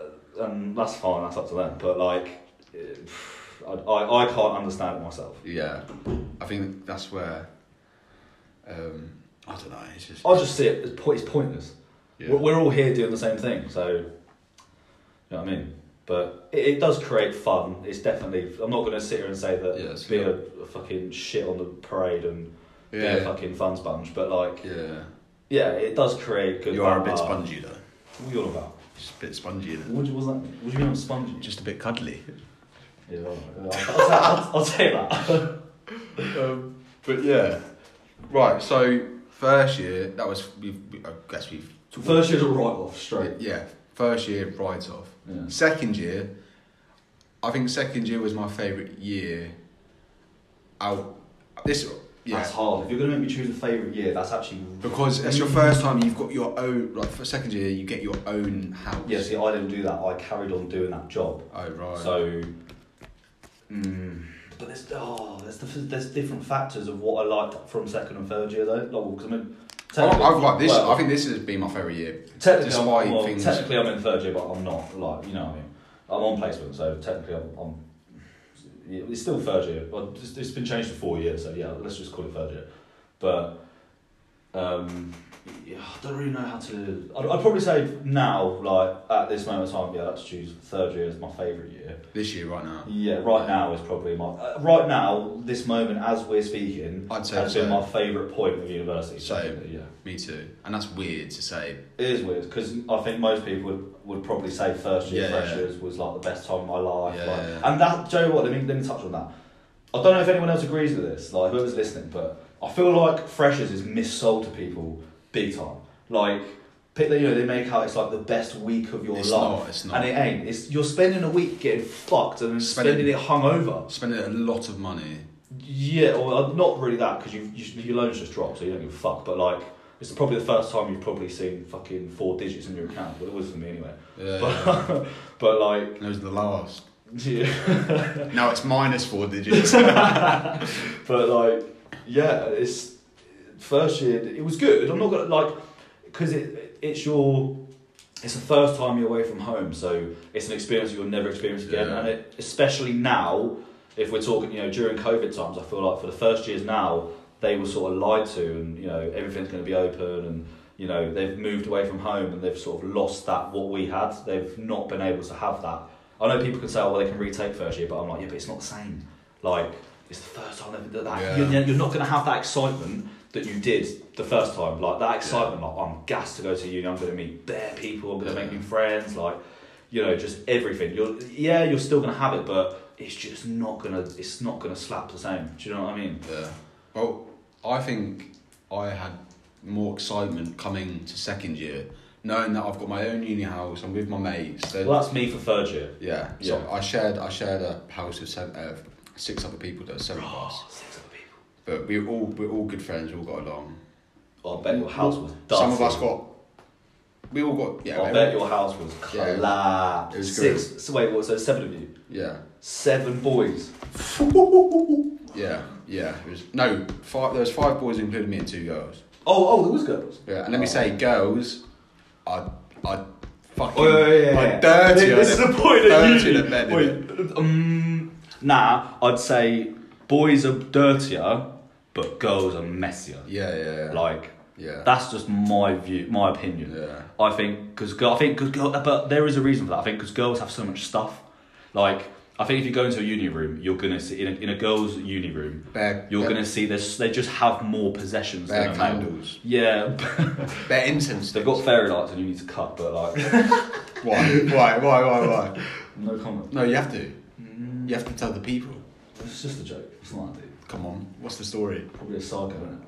[SPEAKER 1] and that's fine. That's up to them. But like, eh, I, I, I can't understand it myself.
[SPEAKER 2] yeah, I think that's where. Um, I don't know. It's just.
[SPEAKER 1] I just see it as po- it's pointless.
[SPEAKER 2] Yeah.
[SPEAKER 1] We're, we're all here doing the same thing, so you know what I mean. But it, it does create fun. It's definitely. I'm not going to sit here and say that
[SPEAKER 2] Yeah, it's
[SPEAKER 1] be a, a fucking shit on the parade and be a
[SPEAKER 2] Yeah.
[SPEAKER 1] fucking fun sponge. But like,
[SPEAKER 2] yeah.
[SPEAKER 1] yeah, it does create good.
[SPEAKER 2] You are a
[SPEAKER 1] banter.
[SPEAKER 2] bit spongy though.
[SPEAKER 1] What are you all about?
[SPEAKER 2] Just a bit spongy. Though.
[SPEAKER 1] What do you, what's that? mean? What do you mean I'm spongy?
[SPEAKER 2] Just a bit cuddly.
[SPEAKER 1] Yeah, well, I'll, I'll, I'll say that.
[SPEAKER 2] um, but yeah. Right. So first year, that was. We've, we, I guess we've.
[SPEAKER 1] First year's a write off straight.
[SPEAKER 2] Yeah. First year write off.
[SPEAKER 1] Yeah.
[SPEAKER 2] Second year, I think second year was my favourite year. Out. This.
[SPEAKER 1] That's
[SPEAKER 2] Yeah.
[SPEAKER 1] hard. If you're going to make me choose a favourite year, that's actually.
[SPEAKER 2] Because it's your first time. You've got your own. Like for second year, you get your own house.
[SPEAKER 1] Yeah, see, I didn't do that. I carried on doing that job.
[SPEAKER 2] Oh right.
[SPEAKER 1] So,
[SPEAKER 2] Hmm.
[SPEAKER 1] but there's oh, there's the, there's different factors of what I liked from second and third year though. Like, well, 'cause I mean,
[SPEAKER 2] I,
[SPEAKER 1] technically-
[SPEAKER 2] I've like this.
[SPEAKER 1] well,
[SPEAKER 2] I think this has been my favourite year.
[SPEAKER 1] technically, I'm,
[SPEAKER 2] despite
[SPEAKER 1] well,
[SPEAKER 2] things-
[SPEAKER 1] technically I'm in third year, but I'm not. Like, you know what I mean? I'm on placement, so technically I'm, I'm yeah, it's still third year. Well, it's, it's been changed for four years, so yeah, let's just call it third year. But um, yeah, I don't really know how to. I'd, I'd probably say now, like at this moment in time, yeah, let's choose third year as my favourite year.
[SPEAKER 2] This year, right now,
[SPEAKER 1] Yeah, right now is probably my uh, right now this moment as we're speaking.
[SPEAKER 2] I'd say
[SPEAKER 1] That's
[SPEAKER 2] so.
[SPEAKER 1] been my favourite point of university.
[SPEAKER 2] Same.
[SPEAKER 1] Yeah,
[SPEAKER 2] Me too. And that's weird to say.
[SPEAKER 1] it is weird because I think most people would, would probably say first year
[SPEAKER 2] Yeah, yeah.
[SPEAKER 1] freshers was like the best time of my life.
[SPEAKER 2] Yeah,
[SPEAKER 1] like-
[SPEAKER 2] yeah,
[SPEAKER 1] And that, Joe, what let me let me touch on that. I don't know if anyone else agrees with this, like whoever's listening, but I feel like freshers is missold to people big time. Like, pe- you know, they make out it's like the best week of your
[SPEAKER 2] It's
[SPEAKER 1] life,
[SPEAKER 2] not, it's not.
[SPEAKER 1] and it ain't. It's you're spending a week getting fucked and then
[SPEAKER 2] Spending-
[SPEAKER 1] spending, it hungover.
[SPEAKER 2] Spending a lot of money.
[SPEAKER 1] Yeah, or uh, not really that because you, you your loans just dropped, so you don't give a fuck. But like, it's probably the first time you've probably seen fucking four digits in your account. Well, it was for me anyway.
[SPEAKER 2] Yeah.
[SPEAKER 1] But but like,
[SPEAKER 2] Uh, And it was the last.
[SPEAKER 1] yeah.
[SPEAKER 2] Now it's minus four digits. Uh,
[SPEAKER 1] but like, yeah, it's first year. It was good. I'm not gonna like because it it's your it's the first time you're away from home, so it's an experience you'll never experience again.
[SPEAKER 2] Yeah.
[SPEAKER 1] And it, especially now, if we're talking, you know, during COVID times, I feel like for the first years now, they were sort of lied to, and you know, everything's going to be open, and you know, they've moved away from home, and they've sort of lost that what we had. They've not been able to have that. I know people can say, oh, well, they can retake first year, but I'm like, yeah, but it's not the same. Like, it's the first time they've done that.
[SPEAKER 2] Yeah.
[SPEAKER 1] You're, you're not going to have that excitement that you did the first time. Like, that excitement, like, "Oh, I'm gassed to go to uni, I'm going to meet bare people, I'm going to
[SPEAKER 2] Yeah.
[SPEAKER 1] make new friends, like, you know, just everything. You're, yeah, you're still going to have it, but it's just not going to, it's not going to slap the same. Do you know what I mean?
[SPEAKER 2] yeah. Well, I think I had more excitement coming to second year, knowing that I've got my own uni house. I'm with my mates. So
[SPEAKER 1] Well, that's me for third year.
[SPEAKER 2] yeah. So
[SPEAKER 1] Yeah.
[SPEAKER 2] I shared I shared a house with seven, uh, six other people. There were seven of us,
[SPEAKER 1] Oh, six other people.
[SPEAKER 2] but we were all we were all good friends. We all got along.
[SPEAKER 1] I bet your house was
[SPEAKER 2] Some of
[SPEAKER 1] dusty.
[SPEAKER 2] us got. We all got yeah.
[SPEAKER 1] I
[SPEAKER 2] we-
[SPEAKER 1] bet your house was
[SPEAKER 2] Yeah.
[SPEAKER 1] collapsed.
[SPEAKER 2] It was
[SPEAKER 1] six. So wait, what? So seven of you.
[SPEAKER 2] yeah.
[SPEAKER 1] Seven boys.
[SPEAKER 2] Yeah, yeah. It was no five. There was five boys, including me, and two girls.
[SPEAKER 1] Oh, oh, there was girls.
[SPEAKER 2] Yeah, and let me say, girls, I, I fucking,
[SPEAKER 1] Oh, yeah, yeah, yeah,
[SPEAKER 2] I
[SPEAKER 1] yeah.
[SPEAKER 2] dirty.
[SPEAKER 1] This is the point at uni.
[SPEAKER 2] men, innit?
[SPEAKER 1] Wait, um, nah, I'd say boys are dirtier, but girls are messier.
[SPEAKER 2] Yeah, yeah, yeah.
[SPEAKER 1] Like,
[SPEAKER 2] yeah.
[SPEAKER 1] that's just my view, my opinion.
[SPEAKER 2] Yeah.
[SPEAKER 1] I think because I think cause girl, but there is a reason for that. I think because girls have so much stuff. Like, I think if you go into a uni room, you're gonna see in a, in a girls' uni room,
[SPEAKER 2] Bare-
[SPEAKER 1] you're
[SPEAKER 2] bare-
[SPEAKER 1] gonna see there's they just have more possessions.
[SPEAKER 2] Bare
[SPEAKER 1] than a male.
[SPEAKER 2] candles.
[SPEAKER 1] Yeah,
[SPEAKER 2] They're incense.
[SPEAKER 1] they've got fairy lights and you need to cut, but like,
[SPEAKER 2] Why? Why? Why? Why? Why?
[SPEAKER 1] no comment.
[SPEAKER 2] No, you have to. You have to tell the people.
[SPEAKER 1] It's just a joke. It's not that deep.
[SPEAKER 2] Come on. What's the story?
[SPEAKER 1] Probably a saga. Isn't it?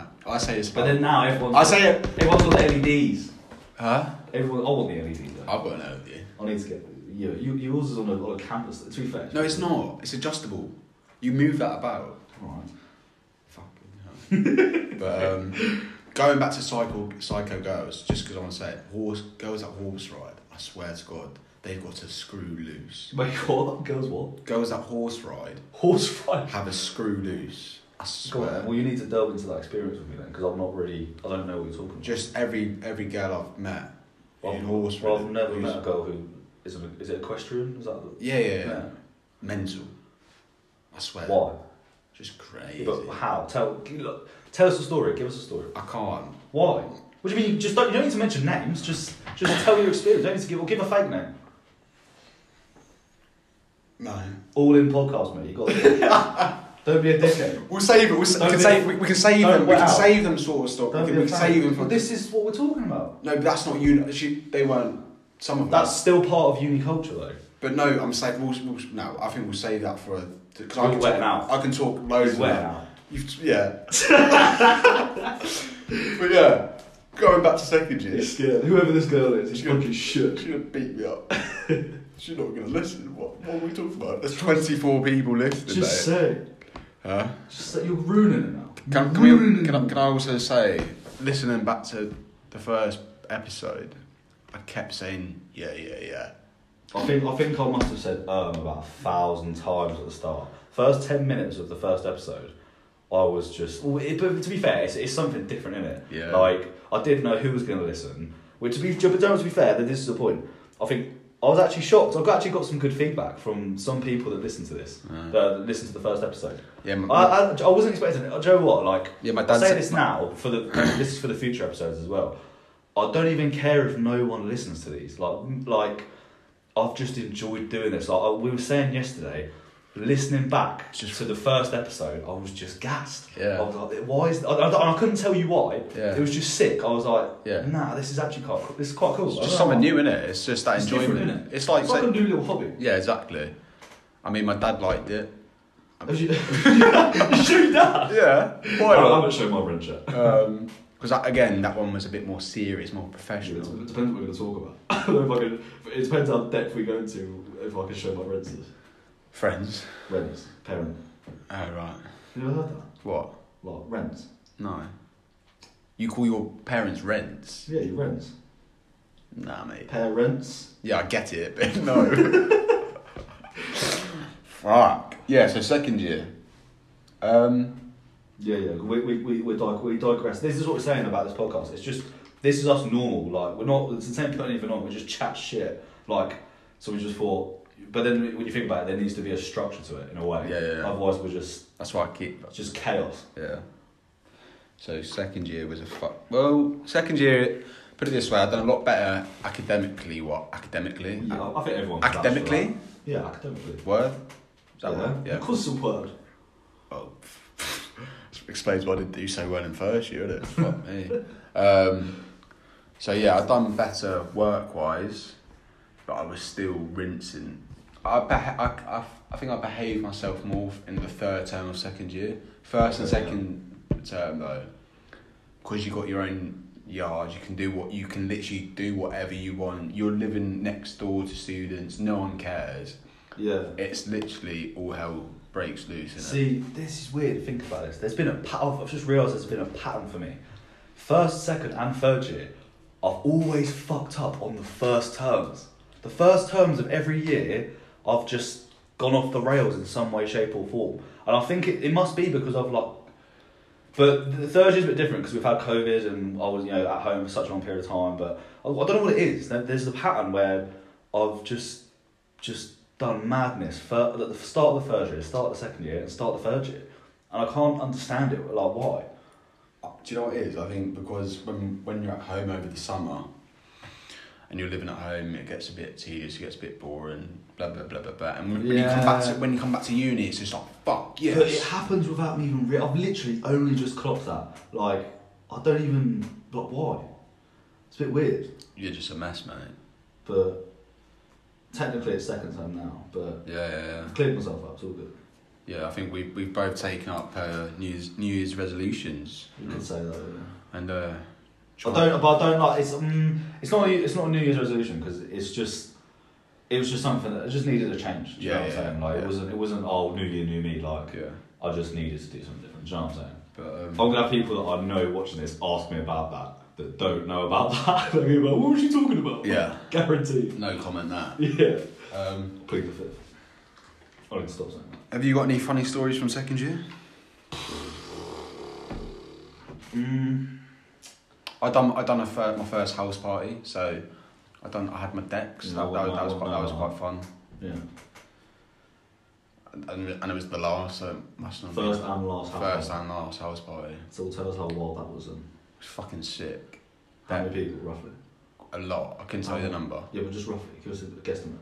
[SPEAKER 2] Uh, I say it's.
[SPEAKER 1] But then now everyone's
[SPEAKER 2] I say it.
[SPEAKER 1] everyone's got the LEDs.
[SPEAKER 2] Huh?
[SPEAKER 1] Everyone, I want the LEDs. Though.
[SPEAKER 2] I've got an E idea.
[SPEAKER 1] I need to get you. you yours is on a, on a canvas. To be fair,
[SPEAKER 2] No, it's not. It's adjustable. You move that about.
[SPEAKER 1] Alright.
[SPEAKER 2] Fucking hell. but um, going back to psycho, psycho girls, just because I want to say it, horse girls that horse ride, I swear to God, they've got to screw loose.
[SPEAKER 1] Wait, what? Girls, what?
[SPEAKER 2] Girls that horse ride
[SPEAKER 1] Horse fight.
[SPEAKER 2] have a screw loose.
[SPEAKER 1] Go
[SPEAKER 2] I
[SPEAKER 1] on.
[SPEAKER 2] swear.
[SPEAKER 1] Well, you need to delve into that experience with me then, because I'm not really. I don't know what you're talking about.
[SPEAKER 2] Just every every girl I've met
[SPEAKER 1] Well,
[SPEAKER 2] in horse
[SPEAKER 1] well, I've
[SPEAKER 2] riding
[SPEAKER 1] never
[SPEAKER 2] is-
[SPEAKER 1] met a girl who is an, is it equestrian? Is that the,
[SPEAKER 2] Yeah, yeah, yeah. Mental. I swear.
[SPEAKER 1] Why?
[SPEAKER 2] Just crazy.
[SPEAKER 1] But how? Tell g- look, tell us a story. Give us a story.
[SPEAKER 2] I can't.
[SPEAKER 1] Why? What do you mean? You just don't. You don't need to mention names. Just just tell your experience. Don't need to give. Or give a fake name.
[SPEAKER 2] No.
[SPEAKER 1] All in podcast, mate. You got. To don't be a dickhead.
[SPEAKER 2] We'll save it. We'll, sa-
[SPEAKER 1] Don't
[SPEAKER 2] we can
[SPEAKER 1] be-
[SPEAKER 2] save. We, we can save
[SPEAKER 1] don't
[SPEAKER 2] them. We can
[SPEAKER 1] wow.
[SPEAKER 2] save them sort of stuff. We
[SPEAKER 1] Don't
[SPEAKER 2] can,
[SPEAKER 1] be
[SPEAKER 2] we
[SPEAKER 1] a
[SPEAKER 2] can
[SPEAKER 1] fag.
[SPEAKER 2] save them.
[SPEAKER 1] Well,
[SPEAKER 2] From,
[SPEAKER 1] This is what we're talking about.
[SPEAKER 2] no, but that's not uni. She, they weren't. Some of
[SPEAKER 1] That's
[SPEAKER 2] us.
[SPEAKER 1] still part of uni culture, though.
[SPEAKER 2] But no, I'm saying we'll, we'll, no. I think we'll save that for a. Because I
[SPEAKER 1] You're
[SPEAKER 2] can
[SPEAKER 1] wet
[SPEAKER 2] talk,
[SPEAKER 1] now.
[SPEAKER 2] I can talk loads.
[SPEAKER 1] It's
[SPEAKER 2] of
[SPEAKER 1] wet
[SPEAKER 2] that.
[SPEAKER 1] now.
[SPEAKER 2] You've, yeah. but yeah, going back to second year, she
[SPEAKER 1] scared. Whoever this girl is,
[SPEAKER 2] she's fucking
[SPEAKER 1] shit.
[SPEAKER 2] would beat me up. She's not gonna listen. What, what are we talking about? There's 24 people listening.
[SPEAKER 1] Just
[SPEAKER 2] mate.
[SPEAKER 1] say.
[SPEAKER 2] Huh?
[SPEAKER 1] Just say. You're ruining it now.
[SPEAKER 2] Can, can, we, can, I, can I also say, listening back to the first episode, I kept saying, yeah, yeah, yeah.
[SPEAKER 1] I think I think I must have said um about a thousand times at the start. First ten minutes of the first episode, I was just. Well, it, but to be fair, it's, it's something different, isn't it?
[SPEAKER 2] Yeah.
[SPEAKER 1] Like I didn't know who was going to listen. Which to be, but don't- to be fair, that this is the point. I think I I was actually shocked. I've actually got some good feedback from some people that listened to this,
[SPEAKER 2] Uh,
[SPEAKER 1] that listened to the first episode.
[SPEAKER 2] yeah, my,
[SPEAKER 1] I, I, I wasn't expecting it. Do you know what? Like,
[SPEAKER 2] yeah, my
[SPEAKER 1] I
[SPEAKER 2] dad.
[SPEAKER 1] say
[SPEAKER 2] said-
[SPEAKER 1] this now for the this is for the future episodes as well. I don't even care if no one listens to these. Like like I've just enjoyed doing this. Like I, we were saying yesterday, listening back
[SPEAKER 2] Just-
[SPEAKER 1] to the first episode, I was just gassed. I
[SPEAKER 2] Yeah,
[SPEAKER 1] was like, why is? I, I, I couldn't tell you why. It
[SPEAKER 2] yeah,
[SPEAKER 1] was just sick. I was like,
[SPEAKER 2] yeah.
[SPEAKER 1] nah, this is actually quite. This is quite cool.
[SPEAKER 2] It's
[SPEAKER 1] I don't
[SPEAKER 2] just
[SPEAKER 1] know
[SPEAKER 2] something
[SPEAKER 1] why.
[SPEAKER 2] new, innit? It's just that
[SPEAKER 1] It's different,
[SPEAKER 2] enjoyment. It's like,
[SPEAKER 1] It's like a new little hobby.
[SPEAKER 2] yeah, exactly. I mean, my dad liked it.
[SPEAKER 1] Have you, you showed that.
[SPEAKER 2] Yeah,
[SPEAKER 1] shown my wrench yet.
[SPEAKER 2] Because again, Um, that one was a bit more serious, more professional.
[SPEAKER 1] It depends what we're going to talk about. I don't know if I can, it depends how depth we go into if I can show my renters.
[SPEAKER 2] Friends.
[SPEAKER 1] Rents. Parent.
[SPEAKER 2] Oh right.
[SPEAKER 1] Have you ever heard that?
[SPEAKER 2] What?
[SPEAKER 1] Like, rents.
[SPEAKER 2] No. You call your parents rents?
[SPEAKER 1] Yeah, you rents.
[SPEAKER 2] Nah, mate.
[SPEAKER 1] Parents.
[SPEAKER 2] Yeah, I get it, but no. Fuck. Yeah. So second year. Um.
[SPEAKER 1] Yeah, yeah. We, we, we, we, dig- we digress. This is what we're saying about this podcast. It's just, this is us normal. Like, we're not, it's the same thing even on. We just chat shit. Like, so we just thought, but then when you think about it, there needs to be a structure to it in a way.
[SPEAKER 2] Yeah, yeah, yeah.
[SPEAKER 1] Otherwise, we're just,
[SPEAKER 2] That's why I keep.
[SPEAKER 1] it's just chaos.
[SPEAKER 2] Yeah. So second year was a fuck. Well, second year. Put it this way, I've done a lot better academically. What academically?
[SPEAKER 1] Yeah, I- I think everyone. claps for that.
[SPEAKER 2] Academically.
[SPEAKER 1] Yeah, academically.
[SPEAKER 2] Word. Is that
[SPEAKER 1] yeah.
[SPEAKER 2] word? Yeah.
[SPEAKER 1] Of course, it's a word.
[SPEAKER 2] Well, explains why I didn't do so well in first year, did it? Fuck me. Um, so yeah, I've done better work wise, but I was still rinsing. I, beha- I, I, I think I behaved myself more in the third term of second year. First and
[SPEAKER 1] Okay, yeah.
[SPEAKER 2] second term though, because you got your own yard, you can do what you can literally do whatever you want. You're living next door to students, no one cares.
[SPEAKER 1] Yeah.
[SPEAKER 2] It's literally all hell breaks loose. Isn't it?
[SPEAKER 1] See, this is weird. Think about this. There's been a pattern. I've just realised there's been a pattern for me. First, second, and third year, I've always fucked up on the first terms. The first terms of every year, I've just gone off the rails in some way, shape, or form. And I think it, it must be because I've like. But the third year's a bit different because we've had COVID and I was you know at home for such a long period of time. But I, I don't know what it is. There- There's a pattern where I've just just done madness for at the start of the third year, start of the second year, and start of the third year, and I can't understand it. Like why?
[SPEAKER 2] Do you know what it is? I think because when when you're at home over the summer and you're living at home, it gets a bit tedious, it gets a bit boring, blah blah blah blah blah. And when, when you come back to
[SPEAKER 1] Yeah.
[SPEAKER 2] when you come back to uni, it's just like fuck yes.
[SPEAKER 1] But it happens without me even. Re- I've literally only just clocked that. Like I don't even. Like why? It's a bit weird,
[SPEAKER 2] you're just a mess, mate.
[SPEAKER 1] but technically it's second time now. But
[SPEAKER 2] Yeah, yeah, yeah.
[SPEAKER 1] I've cleared myself up. It's all good.
[SPEAKER 2] Yeah, I think we've we've both taken up uh, New Year's, New Year's resolutions
[SPEAKER 1] You could say that. Yeah.
[SPEAKER 2] and uh,
[SPEAKER 1] I don't, but I don't like it's. Um, it's not. a- It's not a New Year's resolution because it's just. It was just something that I just needed a change. Do you
[SPEAKER 2] Yeah,
[SPEAKER 1] know what I'm
[SPEAKER 2] yeah,
[SPEAKER 1] saying? Like
[SPEAKER 2] yeah.
[SPEAKER 1] it wasn't. It wasn't. Oh, New Year, New Me. Like
[SPEAKER 2] yeah,
[SPEAKER 1] I just needed to do something different. Do you know what I'm saying?
[SPEAKER 2] but um,
[SPEAKER 1] I'm gonna have people that I know watching this ask me about that that don't know about that. They're gonna be like, what was she talking about?
[SPEAKER 2] yeah,
[SPEAKER 1] Guaranteed.
[SPEAKER 2] no comment that.
[SPEAKER 1] Yeah.
[SPEAKER 2] Um,
[SPEAKER 1] Plead the fifth. I need to stop saying that.
[SPEAKER 2] have you got any funny stories from second year?
[SPEAKER 1] Mm.
[SPEAKER 2] I done I done a fir- my first house party, so I done I had my decks.
[SPEAKER 1] No,
[SPEAKER 2] that, that,
[SPEAKER 1] no,
[SPEAKER 2] that was
[SPEAKER 1] no,
[SPEAKER 2] quite, that was
[SPEAKER 1] no.
[SPEAKER 2] quite fun,
[SPEAKER 1] Yeah.
[SPEAKER 2] and, and and it was the last, so it must not
[SPEAKER 1] First
[SPEAKER 2] be
[SPEAKER 1] and last.
[SPEAKER 2] first
[SPEAKER 1] half.
[SPEAKER 2] and last house party. It
[SPEAKER 1] So tell us how wild that was. Um,
[SPEAKER 2] was fucking sick.
[SPEAKER 1] how
[SPEAKER 2] That,
[SPEAKER 1] many people roughly?
[SPEAKER 2] a lot. I couldn't tell you the number.
[SPEAKER 1] Yeah, but just roughly. Give us a guesstimate.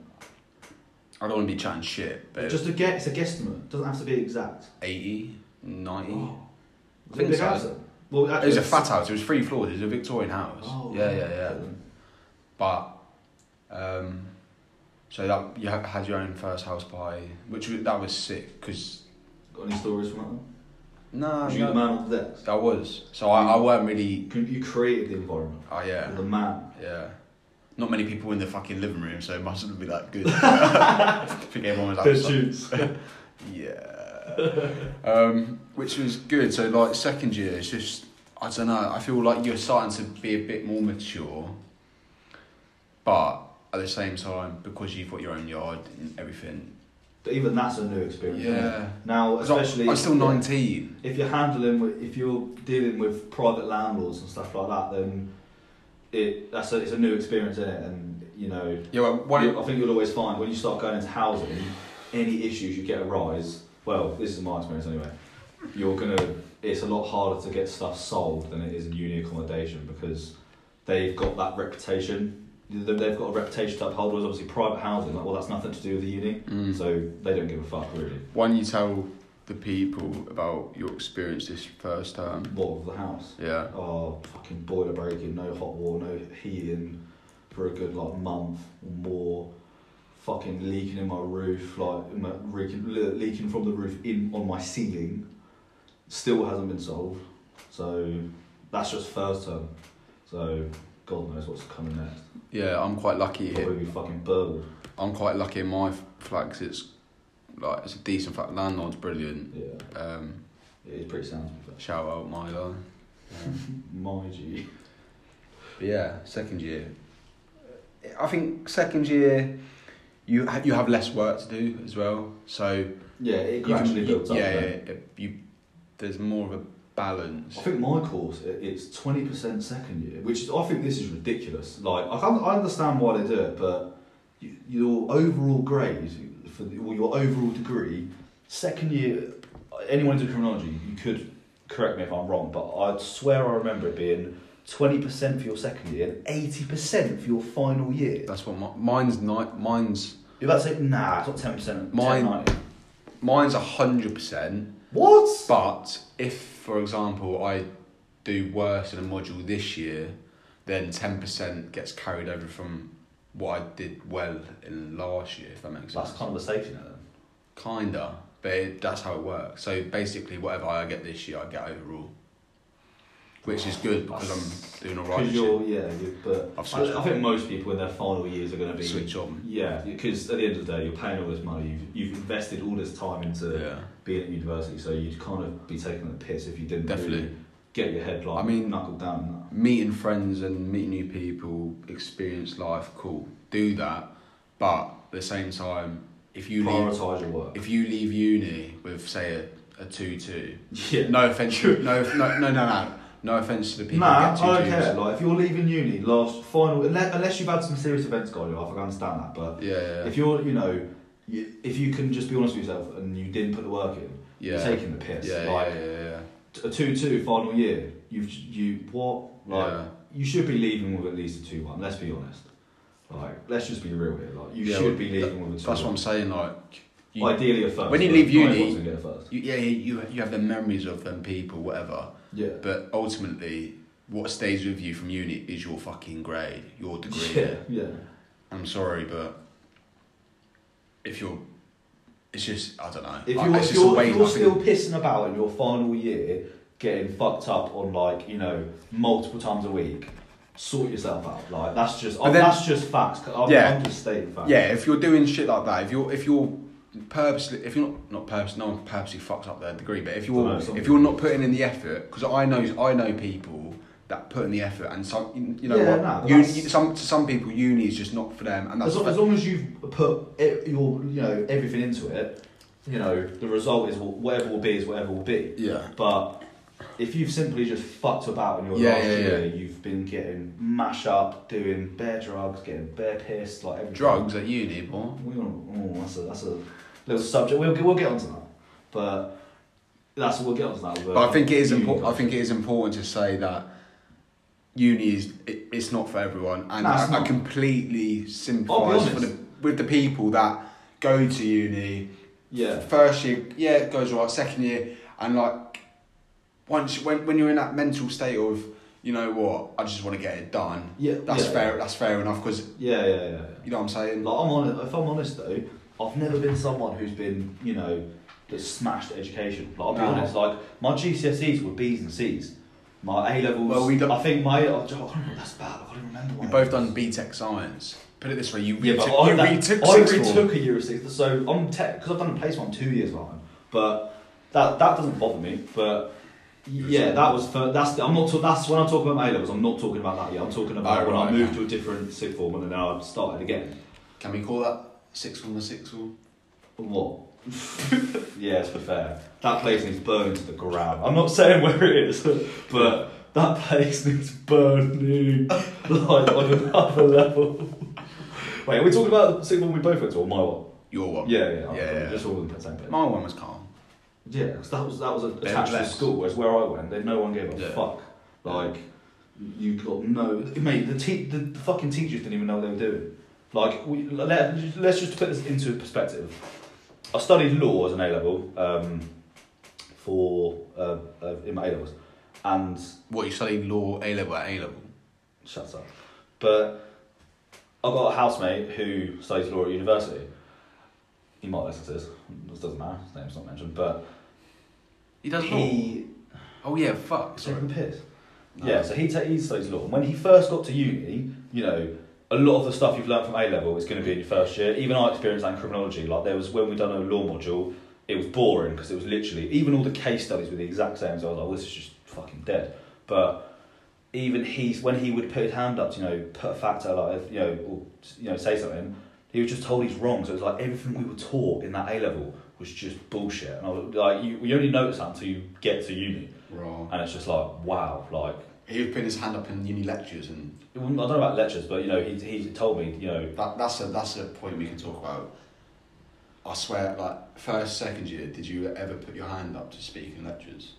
[SPEAKER 2] I don't want to be chatting shit, but
[SPEAKER 1] Just a guess, it's a guesstimate. Doesn't have to be exact.
[SPEAKER 2] 80, 90.
[SPEAKER 1] Oh. Was it a
[SPEAKER 2] Oh. think
[SPEAKER 1] big
[SPEAKER 2] so.
[SPEAKER 1] house then? Well,
[SPEAKER 2] It
[SPEAKER 1] actually,
[SPEAKER 2] was a fat house. It was three floors. It was a Victorian house.
[SPEAKER 1] Oh,
[SPEAKER 2] yeah, yeah, yeah. But um, so that you ha- had your own first house party, which was, that was sick because
[SPEAKER 1] Got any stories from that? One?
[SPEAKER 2] no,
[SPEAKER 1] was you the man on the decks?
[SPEAKER 2] I was. So I, I weren't really.
[SPEAKER 1] You cre- You created the environment.
[SPEAKER 2] Oh yeah.
[SPEAKER 1] You're the man.
[SPEAKER 2] Yeah. Not many people in the fucking living room, so it mustn't be that good. I think everyone was
[SPEAKER 1] Good
[SPEAKER 2] like,
[SPEAKER 1] shoots.
[SPEAKER 2] yeah. um, which was good. So, like, second year, it's just, I don't know, I feel like you're starting to be a bit more mature, but at the same time, because you've got your own yard and everything.
[SPEAKER 1] But even that's a new experience. isn't it?
[SPEAKER 2] Yeah.
[SPEAKER 1] Now, especially
[SPEAKER 2] I'm still 19.
[SPEAKER 1] If you're handling, with, if you're dealing with private landlords and stuff like that, then it that's a, it's a new experience in it, and you know,
[SPEAKER 2] Yeah, well, one,
[SPEAKER 1] you- I think you'll always find when you start going into housing, any issues you get arise. Well, this is my experience anyway. You're gonna. It's a lot harder to get stuff solved than it is in uni accommodation because they've got that reputation. They- They've got a reputation to uphold. Whereas obviously private housing, like, well, that's nothing to do with the uni,
[SPEAKER 3] Hmm.
[SPEAKER 2] Mm.
[SPEAKER 1] so they don't give a fuck really.
[SPEAKER 2] one, you tell the people about your experience this first term.
[SPEAKER 1] What of the house?
[SPEAKER 2] Yeah.
[SPEAKER 1] oh fucking boiler breaking, no hot water, no heating for a good like month or more. Fucking leaking in my roof, like in my, reeking, le- leaking from the roof in on my ceiling. Still hasn't been solved. So that's just first term. So God knows what's coming next.
[SPEAKER 2] Yeah, I'm quite lucky here.
[SPEAKER 1] Probably be fucking burgled.
[SPEAKER 2] I'm quite lucky in my f- flat 'cause it's like it's a decent flat. Landlord's brilliant.
[SPEAKER 1] Yeah,
[SPEAKER 2] Um,
[SPEAKER 1] it's pretty sound. to be
[SPEAKER 2] shout out my guy. Um,
[SPEAKER 1] fair. My G.
[SPEAKER 2] but yeah, second year. I think second year, you ha- you have less work to do as well. So
[SPEAKER 1] Yeah, it
[SPEAKER 2] you can-
[SPEAKER 1] gradually builds up.
[SPEAKER 2] Yeah, yeah,
[SPEAKER 1] then.
[SPEAKER 2] yeah. You there's more of a balance.
[SPEAKER 1] I think my course i- it's twenty percent second year, which is, I think this is ridiculous. Like I, can't, I understand why they do it, but y- your overall grade for the, or your overall degree, second year, anyone into criminology, you could correct me if I'm wrong, but I swear I remember it being twenty percent for your second year and eighty percent for your final year.
[SPEAKER 2] That's what mi- mine's. Ni- mine's
[SPEAKER 1] You're about to say, nah, it's not ten percent.
[SPEAKER 2] Mine- mine's hundred percent.
[SPEAKER 1] What?
[SPEAKER 2] But if, for example, I do worse in a module this year, then ten percent gets carried over from what I did well in last year. If that makes sense.
[SPEAKER 1] That's kind of a safety net. Then.
[SPEAKER 2] Kinda, but it, that's how it works. So basically, whatever I get this year, I get overall, which is good because I'm doing alright.
[SPEAKER 1] Because
[SPEAKER 2] this year.
[SPEAKER 1] you're, yeah, you, but
[SPEAKER 2] I've
[SPEAKER 1] I,
[SPEAKER 2] switched
[SPEAKER 1] I think most people in their final years are going to be
[SPEAKER 2] Switch on.
[SPEAKER 1] Yeah, because at the end of the day, you're paying all this money. You've, you've invested all this time into
[SPEAKER 2] Yeah.
[SPEAKER 1] being at university, so you'd kind of be taking the piss if you didn't
[SPEAKER 2] Definitely.
[SPEAKER 1] really get your head like
[SPEAKER 2] I mean-
[SPEAKER 1] knuckled down. and that.
[SPEAKER 2] meeting friends and meeting new people, experience life, cool. Do that, but at the same time, if you leave,
[SPEAKER 1] Prioritise your work.
[SPEAKER 2] if you leave uni with say a, a two two,
[SPEAKER 1] Yeah.
[SPEAKER 2] no offense, no, no, no, no, no, no offense to the people who
[SPEAKER 1] Nah,
[SPEAKER 2] get two
[SPEAKER 1] I don't
[SPEAKER 2] twos.
[SPEAKER 1] care. Like, if you're leaving uni, last final, unless, unless you've had some serious events going on, I think I understand that. But
[SPEAKER 2] Yeah, yeah,
[SPEAKER 1] if you're, you know, you, if you can just be honest with yourself and you didn't put the work in,
[SPEAKER 2] yeah,
[SPEAKER 1] you're
[SPEAKER 2] yeah,
[SPEAKER 1] taking the piss.
[SPEAKER 2] yeah,
[SPEAKER 1] like
[SPEAKER 2] yeah, yeah,
[SPEAKER 1] a two-two final year, you've you what like.
[SPEAKER 2] yeah.
[SPEAKER 1] you should be leaving with at least a 2 1, let's be honest. Like, let's just be real here. Like, you
[SPEAKER 2] Yeah,
[SPEAKER 1] should be
[SPEAKER 2] well,
[SPEAKER 1] leaving with a 2
[SPEAKER 2] That's what I'm saying. Like, you,
[SPEAKER 1] Ideally, a first.
[SPEAKER 2] when you
[SPEAKER 1] but
[SPEAKER 2] leave
[SPEAKER 1] not
[SPEAKER 2] uni-
[SPEAKER 1] everyone's gonna get a first.
[SPEAKER 2] you, yeah, you you have the memories of them people, whatever.
[SPEAKER 1] Yeah.
[SPEAKER 2] But ultimately, what stays with you from uni is your fucking grade, your degree.
[SPEAKER 1] Yeah, yeah.
[SPEAKER 2] I'm sorry, but if you're, it's just I don't know.
[SPEAKER 1] If
[SPEAKER 2] I-
[SPEAKER 1] you're,
[SPEAKER 2] it's
[SPEAKER 1] if
[SPEAKER 2] just a
[SPEAKER 1] you're,
[SPEAKER 2] way
[SPEAKER 1] if you're
[SPEAKER 2] I think-
[SPEAKER 1] still pissing about in your final year, getting fucked up on, like, you know, multiple times a week, sort yourself out. Like, that's just,
[SPEAKER 2] But
[SPEAKER 1] I'm,
[SPEAKER 2] then-
[SPEAKER 1] that's just facts. I'm,
[SPEAKER 2] Yeah.
[SPEAKER 1] I'm just stating facts.
[SPEAKER 2] yeah, if you're doing shit like that, if you're if you're purposely, if you're not not purposely, no one purposely fucks up their degree, but if you're
[SPEAKER 1] Dunno, some
[SPEAKER 2] if you're not putting in the effort, because I know I know people that put in the effort, and some you- you know
[SPEAKER 1] Yeah,
[SPEAKER 2] what,
[SPEAKER 1] nah, but
[SPEAKER 2] uni,
[SPEAKER 1] that's-
[SPEAKER 2] some to some people uni is just not for them, and that's
[SPEAKER 1] As long,
[SPEAKER 2] fa-
[SPEAKER 1] as long as you've put e- your, you know, everything into it, you know, the result is wh- whatever will be is whatever will be.
[SPEAKER 2] yeah.
[SPEAKER 1] But if you've simply just fucked about in your
[SPEAKER 2] Yeah,
[SPEAKER 1] last
[SPEAKER 2] yeah, yeah.
[SPEAKER 1] year, you've been getting mash up, doing bare drugs, getting bare pissed, like everything.
[SPEAKER 2] Drugs at uni, boy.
[SPEAKER 1] We don't, oh, that's a that's a little subject. We'll get- we'll get onto that, but that's we'll get onto that.
[SPEAKER 2] But I think it is
[SPEAKER 1] Uni
[SPEAKER 2] important. I
[SPEAKER 1] culture.
[SPEAKER 2] think it is important to say that uni is it, it's not for everyone, and
[SPEAKER 1] No, it's
[SPEAKER 2] I, I
[SPEAKER 1] not.
[SPEAKER 2] completely
[SPEAKER 1] I'll be
[SPEAKER 2] sympathise
[SPEAKER 1] honest.
[SPEAKER 2] with the, with the people that go to uni.
[SPEAKER 1] yeah,
[SPEAKER 2] First year, yeah, it goes alright. Second year, and like once when when you're in that mental state of you know what, I just want to get it done.
[SPEAKER 1] yeah,
[SPEAKER 2] That's
[SPEAKER 1] yeah,
[SPEAKER 2] fair. That's fair enough because
[SPEAKER 1] Yeah, yeah, yeah. yeah.
[SPEAKER 2] you know what I'm saying.
[SPEAKER 1] Like I'm honest, if I'm honest though, I've never been someone who's been you know that's smashed education. Like I'll be
[SPEAKER 2] No.
[SPEAKER 1] honest, like my GCSEs were B's and C's. My A levels,
[SPEAKER 2] Well, we don't-
[SPEAKER 1] I think my oh, God, that's bad. I don't remember.
[SPEAKER 2] We've
[SPEAKER 1] my
[SPEAKER 2] both
[SPEAKER 1] A
[SPEAKER 2] done
[SPEAKER 1] levels.
[SPEAKER 2] BTEC science. Put it this way, you
[SPEAKER 1] Yeah,
[SPEAKER 2] retook,
[SPEAKER 1] but I,
[SPEAKER 2] you
[SPEAKER 1] that,
[SPEAKER 2] retook
[SPEAKER 1] I
[SPEAKER 2] six form.
[SPEAKER 1] retook a year of six, so I'm tech because I've done a placement. I'm two years behind, but that that doesn't bother me. But yeah, that was for that's I'm not. ta- that's when I'm talking about my A levels. I'm not talking about that yet. I'm talking about
[SPEAKER 2] Oh,
[SPEAKER 1] when
[SPEAKER 2] right,
[SPEAKER 1] I moved
[SPEAKER 2] okay.
[SPEAKER 1] to a different sixth form and then I started again.
[SPEAKER 2] Can we call that six form the six form?
[SPEAKER 1] What? yeah, it's for fair. That place needs burned to the ground. I'm not saying where it is, but that place needs burning like on another level. Wait, are we talking about the single one we both went to or my one?
[SPEAKER 2] Your one.
[SPEAKER 1] Yeah, yeah,
[SPEAKER 2] Yeah,
[SPEAKER 1] I'm
[SPEAKER 2] yeah.
[SPEAKER 1] Just all in the same place.
[SPEAKER 2] My one was calm.
[SPEAKER 1] Yeah, because that was that was
[SPEAKER 2] They
[SPEAKER 1] attached
[SPEAKER 2] were
[SPEAKER 1] to
[SPEAKER 2] less.
[SPEAKER 1] school, whereas where I went, they, no one gave a
[SPEAKER 2] Yeah.
[SPEAKER 1] fuck. Like, you got no mate. The, te- the the fucking teachers didn't even know what they were doing. Like, we, let let's just put this into perspective. I studied law as an A level um, for uh, uh, in my A levels, and
[SPEAKER 2] What you studied law A level at A level?
[SPEAKER 1] Shut up. But I've got a housemate who studies law at university. He might listen to this. This doesn't matter. His name's not mentioned. But
[SPEAKER 2] He does law.
[SPEAKER 1] he
[SPEAKER 2] Oh yeah, fuck. Sorry.
[SPEAKER 1] taking piss.
[SPEAKER 2] No.
[SPEAKER 1] Yeah. So he ta- he studies law, and when he first got to uni, you know, a lot of the stuff you've learned from A level is going to be in your first year. Even I experienced that in criminology. Like there was when we done a law module, it was boring because it was literally even all the case studies were the exact same. So I was like, well, this is just fucking dead. But even he's when he would put his hand up, to, you know, put a fact out, like you know, or you know, say something. He was just told he's wrong. So it's like everything we were taught in that A level was just bullshit. And I was like, you, you only notice that until you get to uni,
[SPEAKER 2] Wrong.
[SPEAKER 1] and it's just like, wow, like
[SPEAKER 2] He was putting his hand up in uni lectures, and
[SPEAKER 1] it wouldn't- I don't know about lectures, but you know, he he told me, you know,
[SPEAKER 2] that, that's a that's a point we can talk about. I swear, like first, second year, did you ever put your hand up to speak in lectures?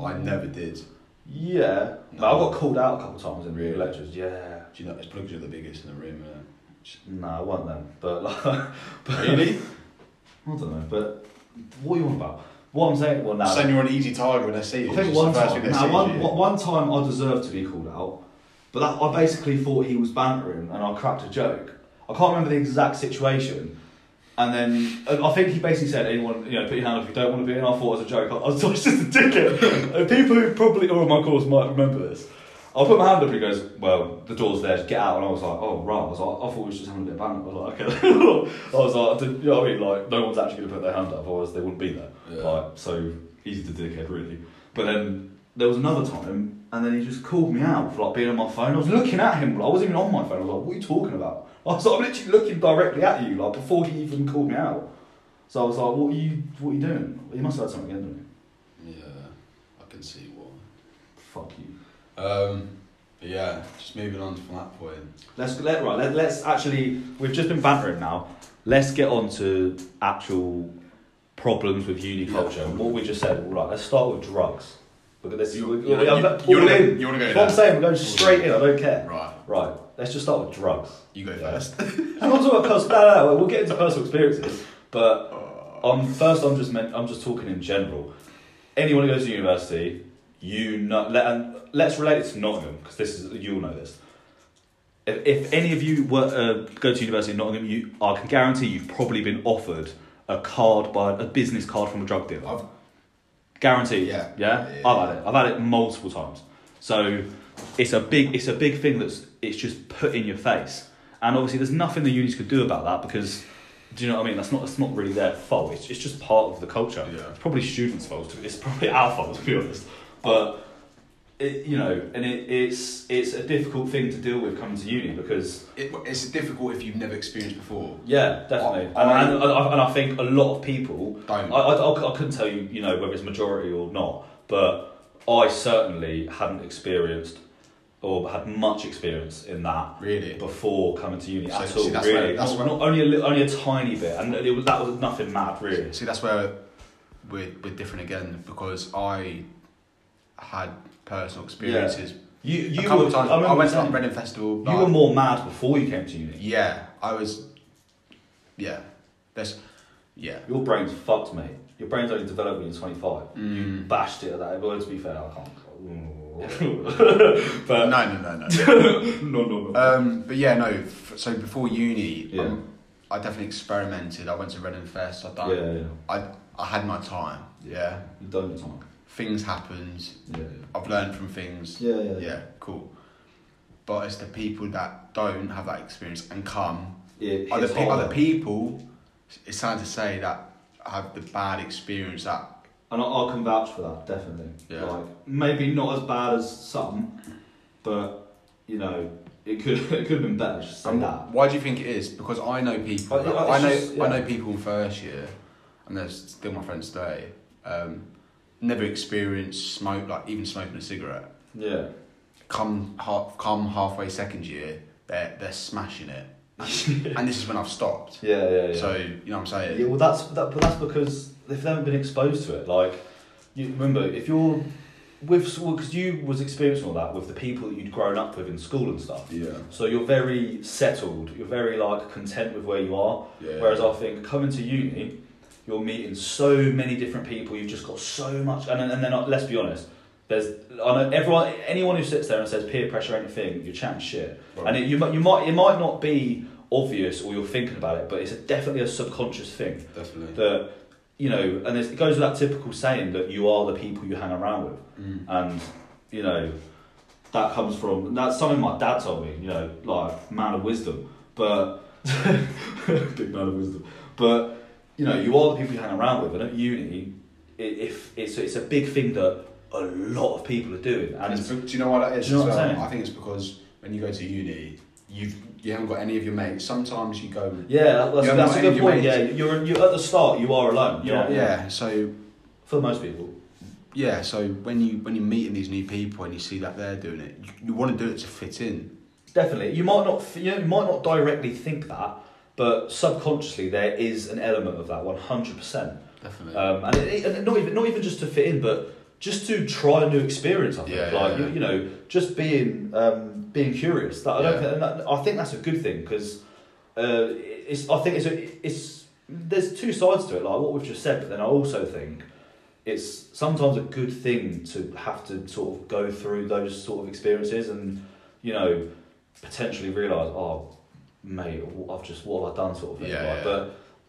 [SPEAKER 2] I never did. Do
[SPEAKER 1] Yeah,
[SPEAKER 2] No.
[SPEAKER 1] but I got called out a couple of times in
[SPEAKER 2] Really?
[SPEAKER 1] lectures. Yeah,
[SPEAKER 2] you know, it's plugs are the biggest in the room. innit?
[SPEAKER 1] no, I wasn't then, but like, but
[SPEAKER 2] Really?
[SPEAKER 1] I don't know, but what are you on about? What I'm saying, well, now
[SPEAKER 2] Saying you're an easy target when they see you.
[SPEAKER 1] I
[SPEAKER 2] it's
[SPEAKER 1] think
[SPEAKER 2] just
[SPEAKER 1] one
[SPEAKER 2] the first
[SPEAKER 1] time,
[SPEAKER 2] thing they
[SPEAKER 1] nah,
[SPEAKER 2] see
[SPEAKER 1] one,
[SPEAKER 2] is you.
[SPEAKER 1] one- one time I deserved to be called out, but that, I basically thought he was bantering and I cracked a joke. I can't remember the exact situation. And then and I think he basically said, anyone, you know, put your hand up if you don't want to be. And I thought it was a joke. I, I was just a dickhead. And People who probably are on my course might remember this. I put my hand up and he goes, well, the door's there, just get out. And I was like, oh, right. I was like, I thought we was just having a bit of banter. I was like, okay. I was like, I didn't- you know what I mean? Like, no one's actually going to put their hand up, otherwise they wouldn't be there.
[SPEAKER 2] Yeah.
[SPEAKER 1] Like, so easy to dickhead, really. But then there was another time, and then he just called me out for like being on my phone. I was looking at him, like, I wasn't even on my phone. I was like, "What are you talking about?" I was like, "I'm literally looking directly at you, like before he even called me out." So I was like, "What are you? What are you doing?" He must have had something against me.
[SPEAKER 2] Yeah, I can see why.
[SPEAKER 1] Fuck you.
[SPEAKER 2] Um, but yeah, just moving on from that point.
[SPEAKER 1] Let's let right. Let, let's actually. We've just been bantering now. Let's get on to actual problems with uni
[SPEAKER 2] Yeah.
[SPEAKER 1] culture. What we just said. Right. Let's start with drugs. Because this,
[SPEAKER 2] You-
[SPEAKER 1] we-
[SPEAKER 2] you-
[SPEAKER 1] we- I'm
[SPEAKER 2] you-
[SPEAKER 1] go-
[SPEAKER 2] you wanna
[SPEAKER 1] all
[SPEAKER 2] go-
[SPEAKER 1] in.
[SPEAKER 2] you wanna go
[SPEAKER 1] That's what I'm
[SPEAKER 2] now?
[SPEAKER 1] saying. We're going straight in. I don't care.
[SPEAKER 2] Right,
[SPEAKER 1] Right. Let's just start with drugs.
[SPEAKER 2] you go
[SPEAKER 1] Yeah.
[SPEAKER 2] first.
[SPEAKER 1] I'm not talking about personal. No, no, no, we'll get into personal experiences, but
[SPEAKER 2] Oh.
[SPEAKER 1] um, first, I'm just meant, I'm just talking in general. Anyone who goes to university, you know, let, and let's relate it to Nottingham because this is you'll know this. If, if any of you were uh, go to university in Nottingham, you I can guarantee you've probably been offered a card by a business card from a drug dealer.
[SPEAKER 2] I've-
[SPEAKER 1] Guaranteed.
[SPEAKER 2] Yeah.
[SPEAKER 1] Yeah.
[SPEAKER 2] Yeah.
[SPEAKER 1] I've had it. I've had it multiple times. So it's a big it's a big thing that's it's just put in your face. And obviously there's nothing the unions could do about that because do you know what I mean? That's not that's not really their fault. It's, it's just part of the culture.
[SPEAKER 2] Yeah.
[SPEAKER 1] It's probably students' fault. It's probably our fault to be honest. But it, you know, and it, it's it's a difficult thing to deal with coming to uni because
[SPEAKER 2] It, it's difficult if you've never experienced before.
[SPEAKER 1] yeah, definitely.
[SPEAKER 2] I- I-
[SPEAKER 1] and, and, and, I, and I think a lot of people
[SPEAKER 2] Don't.
[SPEAKER 1] I, I, I c- I couldn't tell you, you know, whether it's majority or not, but I certainly hadn't experienced or had much experience in that
[SPEAKER 2] really?
[SPEAKER 1] before coming to uni
[SPEAKER 2] So-
[SPEAKER 1] at
[SPEAKER 2] see,
[SPEAKER 1] all.
[SPEAKER 2] that's
[SPEAKER 1] really,
[SPEAKER 2] where- that's
[SPEAKER 1] not,
[SPEAKER 2] where-
[SPEAKER 1] not only a li- only a tiny bit, and it was, that was nothing mad, really.
[SPEAKER 2] See, that's where we're, we're different again because I had personal experiences.
[SPEAKER 1] You, you
[SPEAKER 2] a couple
[SPEAKER 1] were,
[SPEAKER 2] of times.
[SPEAKER 1] I
[SPEAKER 2] I,
[SPEAKER 1] remember
[SPEAKER 2] went to
[SPEAKER 1] saying,
[SPEAKER 2] like Brennan Festival.
[SPEAKER 1] you
[SPEAKER 2] like-
[SPEAKER 1] were more mad before you came to uni.
[SPEAKER 2] Yeah, I was. Yeah, that's yeah.
[SPEAKER 1] Your brain's fucked, mate. Your brain's only developed when you're 25.
[SPEAKER 2] Mm.
[SPEAKER 1] Bashed it at that. Well, to be fair, I can't.
[SPEAKER 2] No,
[SPEAKER 1] but
[SPEAKER 2] no, no, no.
[SPEAKER 1] no, no, no.
[SPEAKER 2] Um, but yeah, no. F- so before uni,
[SPEAKER 1] Yeah.
[SPEAKER 2] um, I definitely experimented. I went to Reading Fest. I done.
[SPEAKER 1] yeah, yeah.
[SPEAKER 2] I I had my time. Yeah.
[SPEAKER 1] You don't have time.
[SPEAKER 2] Things happened.
[SPEAKER 1] Yeah,
[SPEAKER 2] I've learned from things.
[SPEAKER 1] yeah,
[SPEAKER 2] Yeah. cool. But it's the people that don't have that experience and come
[SPEAKER 1] It
[SPEAKER 2] are the,
[SPEAKER 1] hits
[SPEAKER 2] pe- are
[SPEAKER 1] harder.
[SPEAKER 2] the people. It's sad to say that have the bad experience that
[SPEAKER 1] and I, I can vouch for that definitely.
[SPEAKER 2] Yeah.
[SPEAKER 1] Like maybe not as bad as some, but you know it could it could have been better. Just say
[SPEAKER 2] And
[SPEAKER 1] that.
[SPEAKER 2] Why do you think it is? Because I know people.
[SPEAKER 1] I- I-
[SPEAKER 2] I
[SPEAKER 1] it's
[SPEAKER 2] know
[SPEAKER 1] just- yeah.
[SPEAKER 2] I know people in first year, and they're still my friends today. Um, never experienced smoke, like even smoking a cigarette.
[SPEAKER 1] Yeah,
[SPEAKER 2] Come half, come halfway second year, they're they're smashing it, and, and this is when I've stopped.
[SPEAKER 1] Yeah, yeah, yeah.
[SPEAKER 2] So you know what I'm saying.
[SPEAKER 1] yeah, well, that's that, but that's because if they haven't been exposed to it, like you remember, if you're with because you was experiencing all that with the people that you'd grown up with in school and stuff.
[SPEAKER 2] Yeah,
[SPEAKER 1] So you're very settled. You're very like content with where you are.
[SPEAKER 2] yeah.
[SPEAKER 1] Whereas I think coming to uni, you're meeting so many different people. You've just got so much, and then- and then uh, let's be honest. There's I know everyone anyone who sits there and says peer pressure or anything, you're chatting shit,
[SPEAKER 2] Right.
[SPEAKER 1] and it, you might you might it might not be obvious or you're thinking about it, but it's definitely a subconscious thing
[SPEAKER 2] definitely.
[SPEAKER 1] that you know, and it's, it goes with that typical saying that you are the people you hang around with
[SPEAKER 2] Mm.
[SPEAKER 1] and you know that comes from and that's something my dad told me you know like man of wisdom but big man of wisdom but you know you are the people you hang around with and at uni i if it's it's a big thing that a lot of people are doing and
[SPEAKER 2] And it's, be- do you know why that is?
[SPEAKER 1] Do you know
[SPEAKER 2] as
[SPEAKER 1] what I'm
[SPEAKER 2] well?
[SPEAKER 1] saying?
[SPEAKER 2] I think it's because when you go to uni, you've you haven't got any of your mates. Sometimes you go.
[SPEAKER 1] yeah that- that's,
[SPEAKER 2] You haven't
[SPEAKER 1] that's a
[SPEAKER 2] got any of
[SPEAKER 1] good
[SPEAKER 2] your
[SPEAKER 1] point yeah
[SPEAKER 2] mates.
[SPEAKER 1] you're, you're at the start you are alone you know
[SPEAKER 2] Yeah.
[SPEAKER 1] what I mean?
[SPEAKER 2] So
[SPEAKER 1] for most people
[SPEAKER 2] yeah. So when you when you're meeting these new people and you see that they're doing it, you, you want to do it to fit in.
[SPEAKER 1] Definitely, you might not you, know, you might not directly think that, but subconsciously there is an element of that one hundred percent.
[SPEAKER 2] Definitely.
[SPEAKER 1] um, and, it, and it- not even not even just to fit in, but just to try a new experience. I think,
[SPEAKER 2] Yeah, yeah,
[SPEAKER 1] like you-
[SPEAKER 2] yeah.
[SPEAKER 1] You, know, just being um, being curious. That I don't.
[SPEAKER 2] Yeah.
[SPEAKER 1] Think, and that, I think that's a good thing because uh, it's. I think it's a, it's. There's two sides to it, like what we've just said, but then I also think it's sometimes a good thing to have to sort of go through those sort of experiences and you know potentially realize, oh, mate, wh- I've just what have I done, sort of thing.
[SPEAKER 2] Yeah,
[SPEAKER 1] like,
[SPEAKER 2] yeah.
[SPEAKER 1] But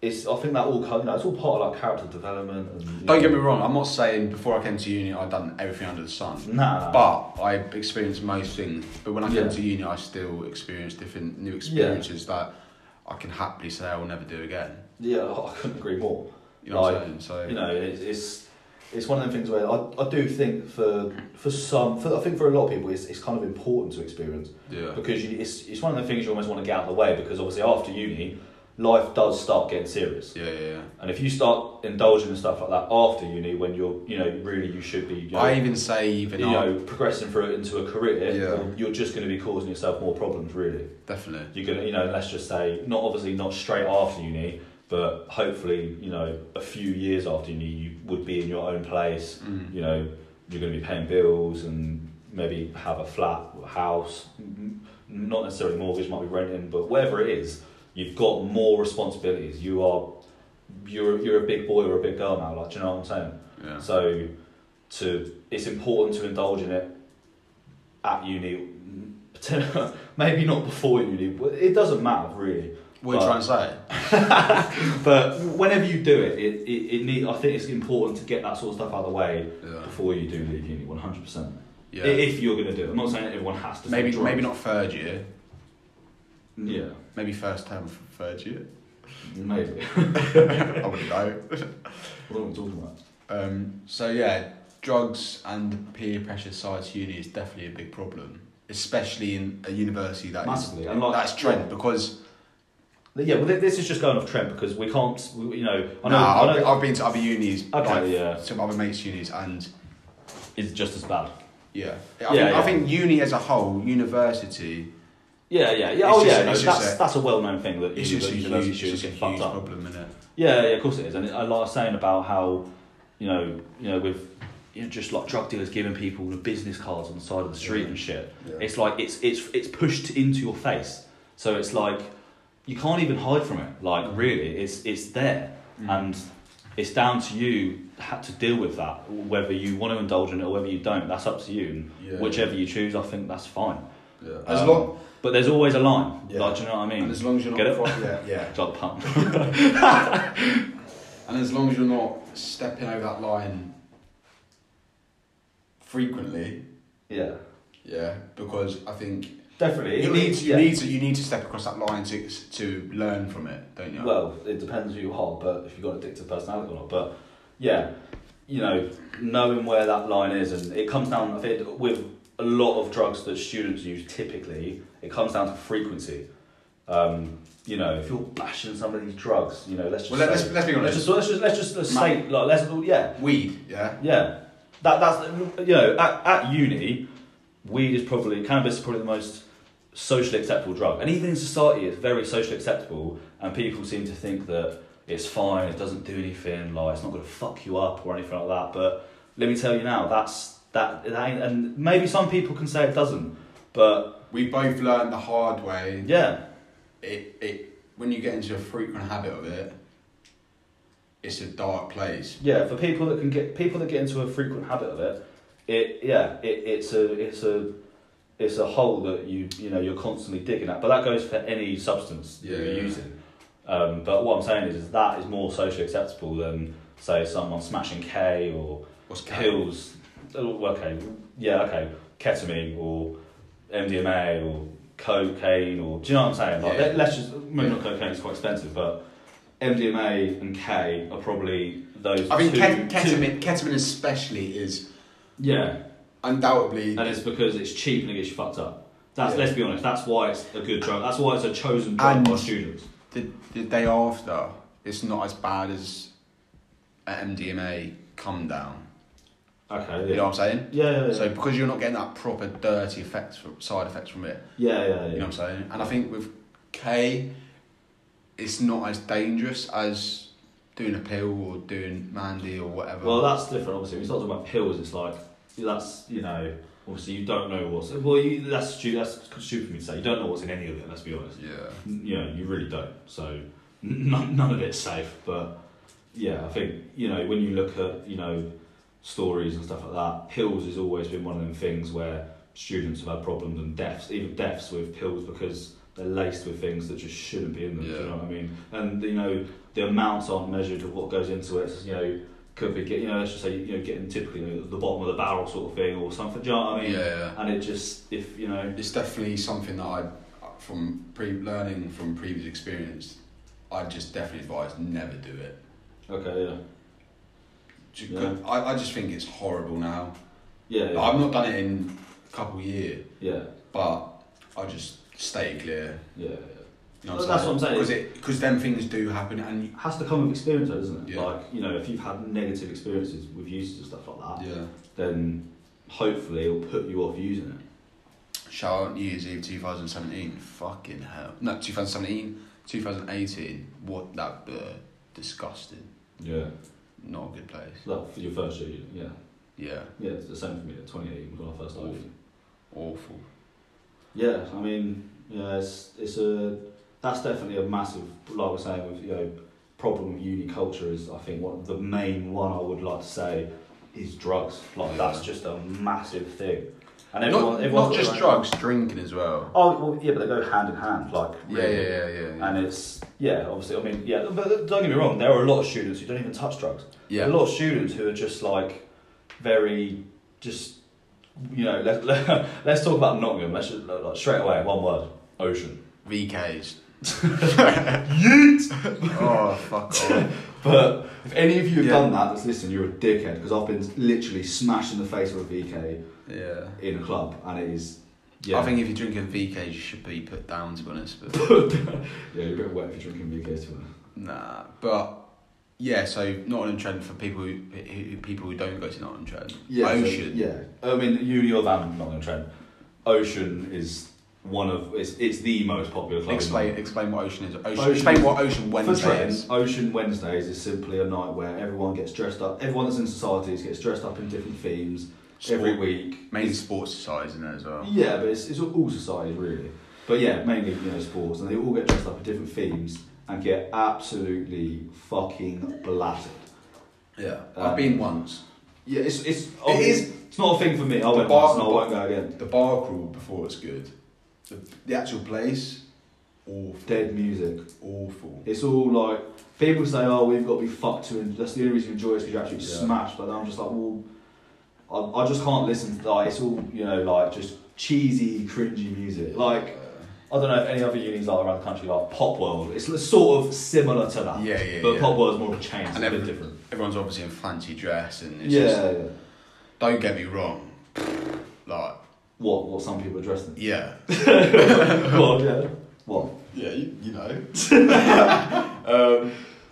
[SPEAKER 1] it's I think that all comes. You know, it's all part of like character development. And, you
[SPEAKER 2] Don't
[SPEAKER 1] know,
[SPEAKER 2] get me wrong. I'm not saying before I came to uni I'd done everything under the sun,
[SPEAKER 1] Nah,
[SPEAKER 2] but I experienced most things. But when I came
[SPEAKER 1] Yeah.
[SPEAKER 2] to uni, I still experienced different new experiences that I can happily say I will never do again.
[SPEAKER 1] yeah, I couldn't agree more.
[SPEAKER 2] You know what
[SPEAKER 1] Like,
[SPEAKER 2] I'm saying? So
[SPEAKER 1] You know, it's it's, it's one of them things where I, I do think for for some for I think for a lot of people it's, it's kind of important to experience
[SPEAKER 2] yeah.
[SPEAKER 1] because you, it's it's one of the things you almost want to get out of the way because obviously after uni, life does start getting serious.
[SPEAKER 2] yeah, yeah, yeah.
[SPEAKER 1] And if you start indulging in stuff like that after uni, when you're, you know, really you should be, you know,
[SPEAKER 2] I even say even
[SPEAKER 1] you
[SPEAKER 2] I-
[SPEAKER 1] know progressing through into a career,
[SPEAKER 2] Yeah.
[SPEAKER 1] you're just going to be causing yourself more problems, really.
[SPEAKER 2] definitely.
[SPEAKER 1] you're gonna you know let's just say not obviously not straight after uni but hopefully you know a few years after uni you would be in your own place
[SPEAKER 2] Mm.
[SPEAKER 1] you know you're gonna be paying bills and maybe have a flat or house n- not necessarily mortgage might be renting but whatever it is you've got more responsibilities you are you're you're a big boy or a big girl now like do you know what I'm saying
[SPEAKER 2] Yeah.
[SPEAKER 1] so, to it's important to indulge in it at uni. Maybe not before uni. but It doesn't matter really.
[SPEAKER 2] What are you trying to say?
[SPEAKER 1] But whenever you do it, it, it, it need, I think it's important to get that sort of stuff out of the way
[SPEAKER 2] Yeah.
[SPEAKER 1] before you do leave uni. One hundred percent.
[SPEAKER 2] yeah.
[SPEAKER 1] If you're gonna do it, I'm not saying everyone has to.
[SPEAKER 2] maybe
[SPEAKER 1] do drugs.
[SPEAKER 2] maybe not third year.
[SPEAKER 1] Yeah,
[SPEAKER 2] Maybe first term f- third year. Mm.
[SPEAKER 1] maybe.
[SPEAKER 2] I wouldn't know.
[SPEAKER 1] what are we talking about?
[SPEAKER 2] Um, so yeah, drugs and the peer pressure side to uni is definitely a big problem, especially in a university that is-
[SPEAKER 1] Massively, and like-
[SPEAKER 2] that's trend because
[SPEAKER 1] Yeah, well, th- this is just going off trend because we can't. We, you know, I know.
[SPEAKER 2] nah,
[SPEAKER 1] I
[SPEAKER 2] I've,
[SPEAKER 1] know
[SPEAKER 2] I've been to other unis,
[SPEAKER 1] Okay,
[SPEAKER 2] like,
[SPEAKER 1] yeah.
[SPEAKER 2] some other mates' unis, and
[SPEAKER 1] it's just as bad.
[SPEAKER 2] yeah, I,
[SPEAKER 1] Yeah,
[SPEAKER 2] think,
[SPEAKER 1] yeah.
[SPEAKER 2] I think uni as a whole, university,
[SPEAKER 1] Yeah, yeah, yeah.
[SPEAKER 2] It's
[SPEAKER 1] oh,
[SPEAKER 2] just-
[SPEAKER 1] yeah. no,
[SPEAKER 2] it's just
[SPEAKER 1] that's
[SPEAKER 2] a-
[SPEAKER 1] that's a well known thing that
[SPEAKER 2] it's just a
[SPEAKER 1] university university
[SPEAKER 2] huge,
[SPEAKER 1] students
[SPEAKER 2] it's just a
[SPEAKER 1] get
[SPEAKER 2] huge
[SPEAKER 1] fucked up.
[SPEAKER 2] problem, innit?
[SPEAKER 1] Yeah, yeah, of course it is. And it, I was saying about how, you know, you know, with you know, just like drug dealers giving people the business cards on the side of the street
[SPEAKER 2] Yeah.
[SPEAKER 1] and shit.
[SPEAKER 2] Yeah.
[SPEAKER 1] It's like it's it's it's pushed into your face. So it's like you can't even hide from it. Like
[SPEAKER 2] Mm.
[SPEAKER 1] really, it's it's there, and it's down to you how to deal with that. Whether you want to indulge in it or whether you don't, that's up to you. And
[SPEAKER 2] Yeah.
[SPEAKER 1] whichever you choose, I think that's fine.
[SPEAKER 2] Yeah. As
[SPEAKER 1] Um,
[SPEAKER 2] long
[SPEAKER 1] but there's always a line.
[SPEAKER 2] Yeah.
[SPEAKER 1] Like, do you know what I mean?
[SPEAKER 2] and as long as you're not
[SPEAKER 1] Get it?
[SPEAKER 2] fro- yeah, yeah.
[SPEAKER 1] Drop the pump.
[SPEAKER 2] And as long as you're not stepping over that line frequently,
[SPEAKER 1] yeah.
[SPEAKER 2] yeah, because I think
[SPEAKER 1] Definitely.
[SPEAKER 2] you
[SPEAKER 1] It-
[SPEAKER 2] need
[SPEAKER 1] it-
[SPEAKER 2] to,
[SPEAKER 1] yeah.
[SPEAKER 2] you need to you need to step across that line to to learn from it, don't you?
[SPEAKER 1] Well, it depends who you are, but if you've got an addictive personality or not. But yeah, you know, knowing where that line is, and it comes down, I think, with a lot of drugs that students use typically, it comes down to frequency. Um, you know, if you're bashing some of these drugs, you know, let's just
[SPEAKER 2] Well, let-
[SPEAKER 1] say-
[SPEAKER 2] let's- let's be honest.
[SPEAKER 1] Let's just let's just let's just let's
[SPEAKER 2] Ma-
[SPEAKER 1] say like let's yeah
[SPEAKER 2] weed, yeah,
[SPEAKER 1] yeah. That that's you know at, at uni, weed is probably cannabis is probably the most socially acceptable drug. And even in society, it's very socially acceptable, and people seem to think that it's fine, it doesn't do anything, like it's not going to fuck you up or anything like that. But let me tell you now, that's that, that ain't, and maybe some people can say it doesn't, but
[SPEAKER 3] We both learned the hard way.
[SPEAKER 1] yeah,
[SPEAKER 3] It, it, when you get into a frequent habit of it, it's a dark place.
[SPEAKER 1] yeah, for people that can get people that get into a frequent habit of it, it yeah, it, it's a it's a it's a hole that you you know you're constantly digging at. But that goes for any substance that
[SPEAKER 3] Yeah.
[SPEAKER 1] you're using. Um, but what I'm saying is, is that is more socially acceptable than say someone smashing K or
[SPEAKER 3] What's cat?
[SPEAKER 1] pills. Oh, okay, yeah, okay, ketamine or MDMA or cocaine or do you know what I'm saying? Like,
[SPEAKER 3] Yeah.
[SPEAKER 1] let, us just maybe not cocaine is quite expensive, but MDMA and K are probably those.
[SPEAKER 3] I mean,
[SPEAKER 1] two,
[SPEAKER 3] ket-
[SPEAKER 1] two-
[SPEAKER 3] ketamine, ketamine especially is
[SPEAKER 1] yeah,
[SPEAKER 3] undoubtedly
[SPEAKER 1] and it's because it's cheap and it gets you fucked up. That's
[SPEAKER 3] Yeah.
[SPEAKER 1] let's be honest. That's why it's a good drug. That's why it's a chosen drug
[SPEAKER 3] And-
[SPEAKER 1] by students.
[SPEAKER 3] the, the day after, it's not as bad as an MDMA come down.
[SPEAKER 1] Okay.
[SPEAKER 3] You know
[SPEAKER 1] Yeah.
[SPEAKER 3] what I'm saying?
[SPEAKER 1] Yeah. Yeah. Yeah.
[SPEAKER 3] So because you're not getting that proper dirty effects, from, side effects from it.
[SPEAKER 1] yeah, yeah,
[SPEAKER 3] You
[SPEAKER 1] yeah.
[SPEAKER 3] know what I'm saying? And I think with K, it's not as dangerous as doing a pill or doing Mandy or whatever.
[SPEAKER 1] Well, that's different. Obviously, when you start talking about pills, it's like that's you know obviously you don't know what's well you, that's stu- that's stupid for me to say. You don't know what's in any of it. Let's be honest.
[SPEAKER 3] yeah.
[SPEAKER 1] N- You know, you really don't. So none none of it's safe. But yeah, I think you know when you look at you know stories and stuff like that, pills has always been one of them things where students have had problems and deaths, even deaths with pills because they're laced with things that just shouldn't be in them. Do
[SPEAKER 3] Yeah.
[SPEAKER 1] you know what I mean? And you know the amounts aren't measured of what goes into it. So, you know could be get, you know let's just say you know getting typically you know, the bottom of the barrel sort of thing or something. Do you know what I mean?
[SPEAKER 3] yeah, yeah.
[SPEAKER 1] And it just if you know
[SPEAKER 3] It's definitely something that I, from pre learning from previous experience, I just definitely advise never do it.
[SPEAKER 1] okay yeah
[SPEAKER 3] Ju-
[SPEAKER 1] Yeah.
[SPEAKER 3] I, I just think it's horrible now.
[SPEAKER 1] yeah yeah.
[SPEAKER 3] I've not done it in a couple of years,
[SPEAKER 1] yeah.
[SPEAKER 3] but I just stay clear.
[SPEAKER 1] Yeah, yeah.
[SPEAKER 3] You know
[SPEAKER 1] Well, that's what I'm saying.
[SPEAKER 3] Because them things do happen, and you,
[SPEAKER 1] It has to come with experience, though, doesn't it?
[SPEAKER 3] Yeah.
[SPEAKER 1] Like, you know, if you've had negative experiences with uses and stuff like that,
[SPEAKER 3] yeah.
[SPEAKER 1] then hopefully it'll put you off using it.
[SPEAKER 3] Shout out New Year's Eve 2017. Fucking hell. No, 2017, 2018. What that uh, disgusting.
[SPEAKER 1] Yeah.
[SPEAKER 3] Not a good place.
[SPEAKER 1] Well, for your first year, yeah.
[SPEAKER 3] Yeah,
[SPEAKER 1] Yeah, it's the same for me. 2018 was when I first started.
[SPEAKER 3] Awful. awful.
[SPEAKER 1] Yeah, I mean, yeah, it's, it's a that's definitely a massive like we're saying with you know problem with uni culture is I think what the main one I would like to say is drugs. Like
[SPEAKER 3] Yeah.
[SPEAKER 1] that's just a massive thing. And everyone,
[SPEAKER 3] Not,
[SPEAKER 1] everyone's
[SPEAKER 3] not
[SPEAKER 1] got
[SPEAKER 3] just
[SPEAKER 1] their own-
[SPEAKER 3] drugs, drinking as well.
[SPEAKER 1] Oh well, yeah, but they go hand in hand. Like
[SPEAKER 3] Yeah, yeah, yeah, yeah. Yeah.
[SPEAKER 1] And it's yeah, obviously. I mean, yeah, but don't get me wrong. There are a lot of students who don't even touch drugs. A
[SPEAKER 3] yeah.
[SPEAKER 1] lot of students who are just like very just you know let, let, let's talk about Nottingham. Let's just, like straight away one word ocean.
[SPEAKER 3] VKs. oh, fuck off.
[SPEAKER 1] But if any of you have
[SPEAKER 3] Yeah.
[SPEAKER 1] done that, that's listening, you're a dickhead because I've been literally smashed in the face with a VK
[SPEAKER 3] Yeah.
[SPEAKER 1] in a club, and it is yeah.
[SPEAKER 3] I think if you're drinking VKs, you should be put down, to be honest. But
[SPEAKER 1] yeah, you're a bit wet if you're drinking VKs too.
[SPEAKER 3] Nah, but yeah. So Nottingham Trent for people who, who people who don't go to Nottingham Trent.
[SPEAKER 1] Yeah, so-
[SPEAKER 3] Ocean.
[SPEAKER 1] yeah, I mean, you, you're that Nottingham Trent. Ocean is one of it's it's the most popular club. in
[SPEAKER 3] Explain explain what Ocean is. Ocean,
[SPEAKER 1] Ocean
[SPEAKER 3] explain
[SPEAKER 1] is-
[SPEAKER 3] what Ocean
[SPEAKER 1] Nottingham. For
[SPEAKER 3] Wednesday
[SPEAKER 1] Trent,
[SPEAKER 3] is.
[SPEAKER 1] Ocean Wednesdays is simply a night where everyone gets dressed up. Everyone that's in societies gets dressed up in different themes every
[SPEAKER 3] Sport-
[SPEAKER 1] week.
[SPEAKER 3] Mainly sports society in there as well.
[SPEAKER 1] Yeah, but it's, it's all societies really. But yeah, mainly you know sports, and they all get dressed up in different themes and get absolutely fucking blasted.
[SPEAKER 3] Yeah,
[SPEAKER 1] Um,
[SPEAKER 3] I've been once.
[SPEAKER 1] Yeah, it's it's
[SPEAKER 3] It is-
[SPEAKER 1] it's not a thing for me. I went
[SPEAKER 3] bar-
[SPEAKER 1] once and I won't go again.
[SPEAKER 3] The bar crawl before it's good. The, the actual place, awful.
[SPEAKER 1] Dead music.
[SPEAKER 3] Awful.
[SPEAKER 1] It's all like people say, "Oh, we've got to be fucked to," and that's the only reason you enjoy it because you're actually
[SPEAKER 3] Yeah.
[SPEAKER 1] smashed. But then I'm just like, well, I, I just can't listen to like it's all you know like just cheesy, cringy music. Like I don't know if any other unis like around the country like Pop World. It's sort of similar to that.
[SPEAKER 3] Yeah, yeah,
[SPEAKER 1] But
[SPEAKER 3] yeah.
[SPEAKER 1] Pop World's more of a chain. It's
[SPEAKER 3] And
[SPEAKER 1] a bit
[SPEAKER 3] every-
[SPEAKER 1] different.
[SPEAKER 3] Everyone's obviously in fancy dress and it's
[SPEAKER 1] Yeah,
[SPEAKER 3] just,
[SPEAKER 1] yeah.
[SPEAKER 3] don't get me wrong. Like,
[SPEAKER 1] What what some people are dressed in.
[SPEAKER 3] yeah.
[SPEAKER 1] well, yeah. What
[SPEAKER 3] Yeah, you, you know.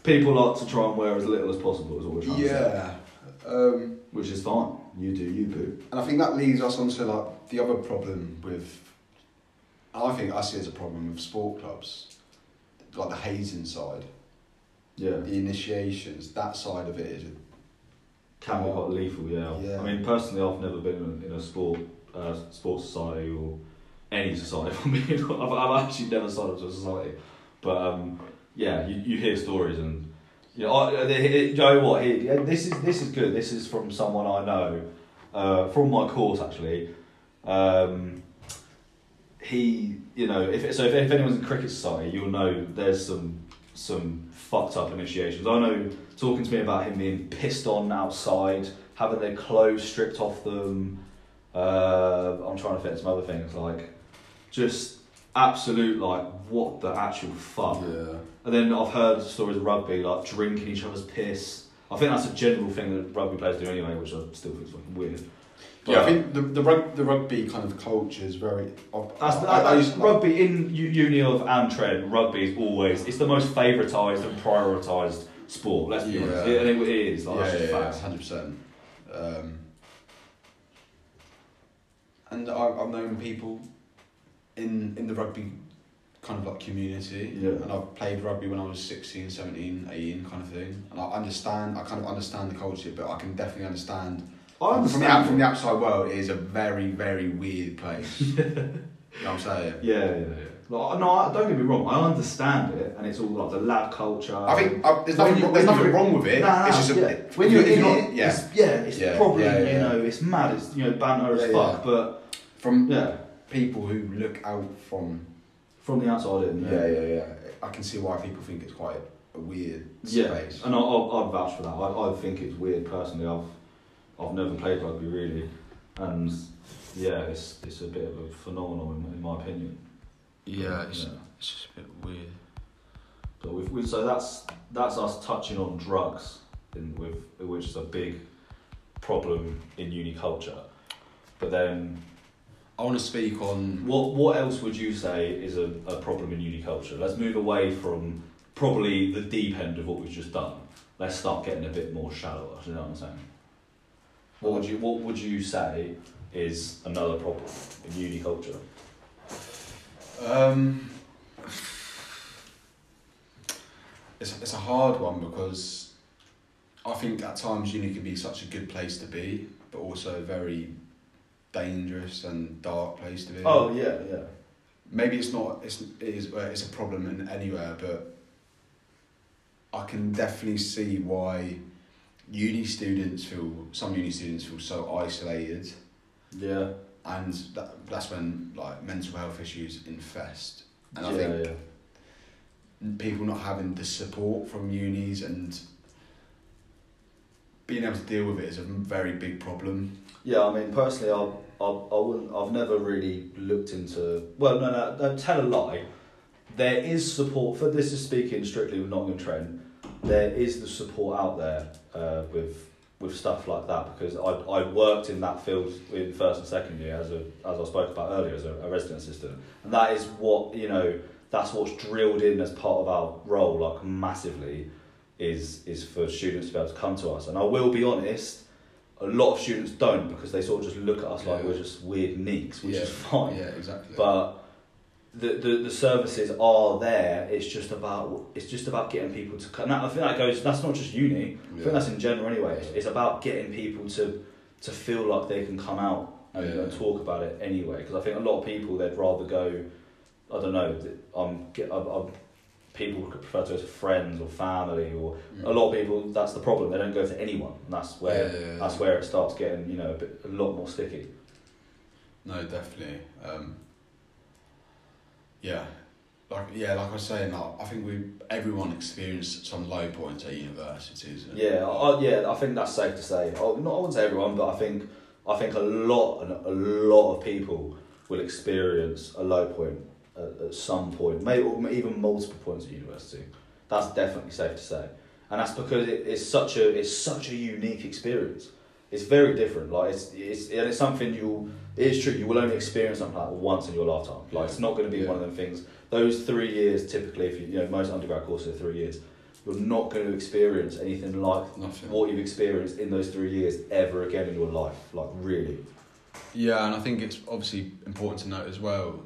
[SPEAKER 1] people like to try and wear as little as possible is what we're trying to say,
[SPEAKER 3] Yeah. Um,
[SPEAKER 1] which is fine. You do you, boo.
[SPEAKER 3] And I think that leads us on to like the other problem with And I think I see as a problem with sport clubs, like the hazing side,
[SPEAKER 2] Yeah.
[SPEAKER 3] the initiations, that side of it is.
[SPEAKER 1] Can be quite lethal, yeah.
[SPEAKER 3] Yeah.
[SPEAKER 1] I mean, personally, I've never been in a, in a sport, uh, sports society or any society. I mean, I've, I've actually never signed up to a society, but um, yeah, you, you hear stories and you know, I, they, they- you know what? It, yeah, this is this is good. This is from someone I know, uh, from my course actually. Um, he, you know, if so, if, if anyone's in cricket society, you'll know there's some some fucked up initiations. I know talking to me about him being pissed on outside, having their clothes stripped off them. Uh, I'm trying to fit some other things like just absolute like what the actual fuck.
[SPEAKER 3] Yeah.
[SPEAKER 1] And then I've heard stories of rugby like drinking each other's piss. I think that's a general thing that rugby players do anyway, which I still think is fucking weird.
[SPEAKER 3] yeah, I think the the, rug, the rugby kind of culture is very. I,
[SPEAKER 1] That's,
[SPEAKER 3] I-
[SPEAKER 1] that,
[SPEAKER 3] Oh, I
[SPEAKER 1] that's
[SPEAKER 3] used to like-
[SPEAKER 1] rugby in U- Union and Trent. Rugby is always it's the most favouritised and prioritised sport. Let's be honest,
[SPEAKER 3] Yeah.
[SPEAKER 1] Yeah, and it is like
[SPEAKER 3] yeah,
[SPEAKER 1] that's just
[SPEAKER 3] yeah,
[SPEAKER 1] facts.
[SPEAKER 3] hundred percent. Um, and I, I've known people in in the rugby kind of like community,
[SPEAKER 2] Yeah.
[SPEAKER 3] and I've played rugby when I was 16, 17, 18 kind of thing, and I understand. I kind of understand the culture, but I can definitely understand.
[SPEAKER 1] I
[SPEAKER 3] From the, out-
[SPEAKER 1] understand.
[SPEAKER 3] from the outside world, it is a very very weird place. you know what I'm saying?
[SPEAKER 1] Yeah, yeah, yeah. Like, no, I- don't get me wrong. I understand it, and it's all like the lab culture.
[SPEAKER 3] I think uh, there's
[SPEAKER 1] Um, When
[SPEAKER 3] nothing,
[SPEAKER 1] you- when
[SPEAKER 3] there's nothing
[SPEAKER 1] you're-
[SPEAKER 3] wrong with it.
[SPEAKER 1] Nah, nah,
[SPEAKER 3] it's just a,
[SPEAKER 1] yeah. when you're, in it,
[SPEAKER 3] yeah.
[SPEAKER 1] it's, yeah, it's
[SPEAKER 3] Yeah,
[SPEAKER 1] probably
[SPEAKER 3] yeah, yeah.
[SPEAKER 1] you know it's mad. It's you know banter as
[SPEAKER 3] Yeah,
[SPEAKER 1] fuck,
[SPEAKER 3] yeah.
[SPEAKER 1] but
[SPEAKER 3] from
[SPEAKER 1] yeah,
[SPEAKER 3] people who look out from
[SPEAKER 1] from the outside in.
[SPEAKER 3] Yeah, yeah, yeah. I can see why people think it's quite a weird
[SPEAKER 1] Yeah,
[SPEAKER 3] space.
[SPEAKER 1] and I, I, I'd vouch for that. I, I think it's weird personally. I've I've never played rugby really, and yeah, it's it's a bit of a phenomenon in, in my opinion.
[SPEAKER 3] it's just a bit weird.
[SPEAKER 1] But we've, we so that's that's us touching on drugs, in, with which is a big problem in uni culture. But then,
[SPEAKER 3] I want to speak on.
[SPEAKER 1] what what else would you say is a, a problem in uni culture? Let's move away from probably the deep end of what we've just done. Let's start getting a bit more shallower. You know what I'm saying? What would you What would you say is another problem in uni culture?
[SPEAKER 3] Um, it's, it's a hard one because I think at times uni can be such a good place to be, but also a very dangerous and dark place to be.
[SPEAKER 2] Oh,
[SPEAKER 1] yeah, yeah.
[SPEAKER 3] maybe it's not it's it is well, it's a problem in anywhere, but I can definitely see why uni students feel some uni students feel so isolated,
[SPEAKER 1] Yeah,
[SPEAKER 3] and that, that's when like mental health issues infest, and I
[SPEAKER 1] yeah,
[SPEAKER 3] think
[SPEAKER 1] yeah.
[SPEAKER 3] people not having the support from unis and being able to deal with it is a very big problem.
[SPEAKER 2] Yeah, I mean, personally, I, I, I wouldn't, I've never really looked into.
[SPEAKER 1] Well, no, no, no, tell a lie. There is support for this. Is speaking strictly with Nottingham Trent. There is the support out there uh, with with stuff like that because I I worked in that field in first and second year as a as I spoke about earlier as a, a resident assistant, and that is what you know. That's what's drilled in as part of our role, like massively, is is for students to be able to come to us. And I will be honest, a lot of students don't because they sort of just look at us like
[SPEAKER 3] Yeah.
[SPEAKER 1] we're just weird neeks, which
[SPEAKER 3] Yeah.
[SPEAKER 1] is fine
[SPEAKER 3] Yeah, exactly.
[SPEAKER 1] but the, the the services are there. It's just about it's just about getting people to. And that, I think that goes. That's not just uni. I
[SPEAKER 3] Yeah.
[SPEAKER 1] think that's in general anyway. It's, it's about getting people to to feel like they can come out and,
[SPEAKER 3] Yeah.
[SPEAKER 1] and talk about it anyway. Because I think a lot of people they'd rather go. I don't know. th- I'm get. I'm, I'm people could refer to as friends or family or a lot of people. That's the problem. They don't go to anyone. And that's where.
[SPEAKER 3] Mm. Yeah, yeah, yeah.
[SPEAKER 1] That's where it starts getting, you know, a, bit, a lot more sticky.
[SPEAKER 3] No, definitely. Um, yeah, like yeah, like I was saying, like, I think we everyone experienced some low points at universities. and-
[SPEAKER 1] Yeah, I, I- yeah, I think that's safe to say. I, not, I wouldn't say everyone, but I think I think a lot and a lot of people will experience a low point at, at some point, maybe or even multiple points at university. That's definitely safe to say, and that's because it, it's such a it's such a unique experience. It's very different. Like it's it's and it's something you it is true. You will only experience something like that once in your lifetime. Like it's not going to be
[SPEAKER 3] Yeah.
[SPEAKER 1] one of them things. Those three years typically, if you, you know most undergrad courses are three years, you're not going to experience anything like
[SPEAKER 3] nothing.
[SPEAKER 1] what you've experienced in those three years ever again in your life. Like really.
[SPEAKER 3] Yeah, and I think it's obviously important to note as well.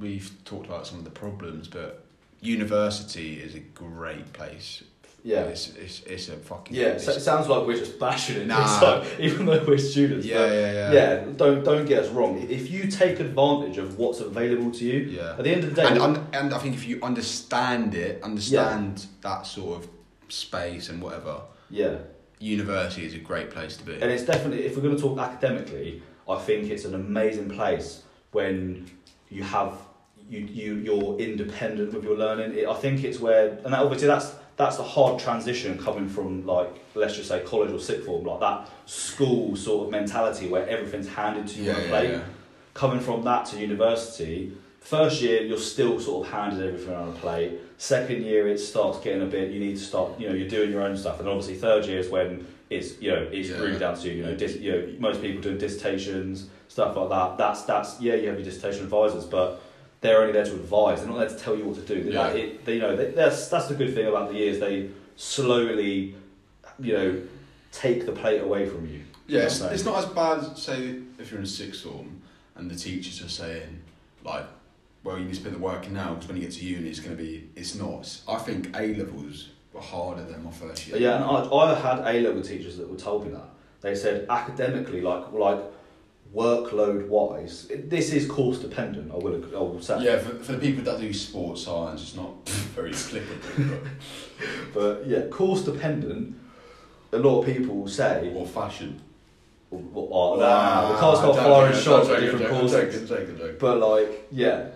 [SPEAKER 2] we've talked about some of the problems, but university is a great place.
[SPEAKER 1] Yeah.
[SPEAKER 2] it's it's, it's a fucking
[SPEAKER 1] Yeah, so it
[SPEAKER 2] it's-
[SPEAKER 1] sounds like we're just bashing it,
[SPEAKER 2] Nah.
[SPEAKER 1] so, even though we're students.
[SPEAKER 2] yeah,
[SPEAKER 1] but-
[SPEAKER 2] yeah, yeah,
[SPEAKER 1] yeah. Don't don't get us wrong. If you take advantage of what's available to you,
[SPEAKER 2] Yeah.
[SPEAKER 1] at the end of the day,
[SPEAKER 2] And un- and I think if you understand it, understand that sort of space and whatever,
[SPEAKER 1] yeah,
[SPEAKER 2] university is a great place to be.
[SPEAKER 1] and it's definitely if we're going to talk academically, I think it's an amazing place when you have you you you're independent with your learning. It, I think it's where, and that, obviously that's that's the hard transition coming from like let's just say college or sixth form, like that school sort of mentality where everything's handed to you on a plate. coming from that to university, first year you're still sort of handed everything on a plate. Second year it starts getting a bit. You need to start. You know, you're doing your own stuff, and then obviously third year is when it's you know it's
[SPEAKER 2] Yeah.
[SPEAKER 1] really down to you. You know, dis, you know, most people doing dissertations stuff like that. That's that's yeah, you have your dissertation advisors, but. They're only there to advise. They're not there to tell you what to do. They're Like
[SPEAKER 2] Yeah.
[SPEAKER 1] it, they, you know, they, that's that's the good thing about the years. They slowly, you know, take the plate away from you.
[SPEAKER 2] Yeah, it's,
[SPEAKER 1] So-
[SPEAKER 2] it's not as bad, as, say, if you're in sixth form and the teachers are saying, like, well, you need to put the work in now because when you get to uni, it's going to be, it's not. I think A levels were harder than my first year.
[SPEAKER 1] Yeah, and I, I had A level teachers that were told me that. They said academically, like like workload wise, this is course dependent. I will I will say,
[SPEAKER 2] Yeah, for, for the people that do sports science, it's not very applicable.
[SPEAKER 1] but yeah, course dependent. A lot of people
[SPEAKER 2] but-
[SPEAKER 1] say,
[SPEAKER 2] or fashion.
[SPEAKER 1] "Well, well, nah, we can't start
[SPEAKER 2] Ah,
[SPEAKER 1] firing
[SPEAKER 2] don't-
[SPEAKER 1] shots
[SPEAKER 2] don't-
[SPEAKER 1] at different
[SPEAKER 2] don't-
[SPEAKER 1] courses."
[SPEAKER 2] don't- don't- don't- don't-
[SPEAKER 1] But like, yeah,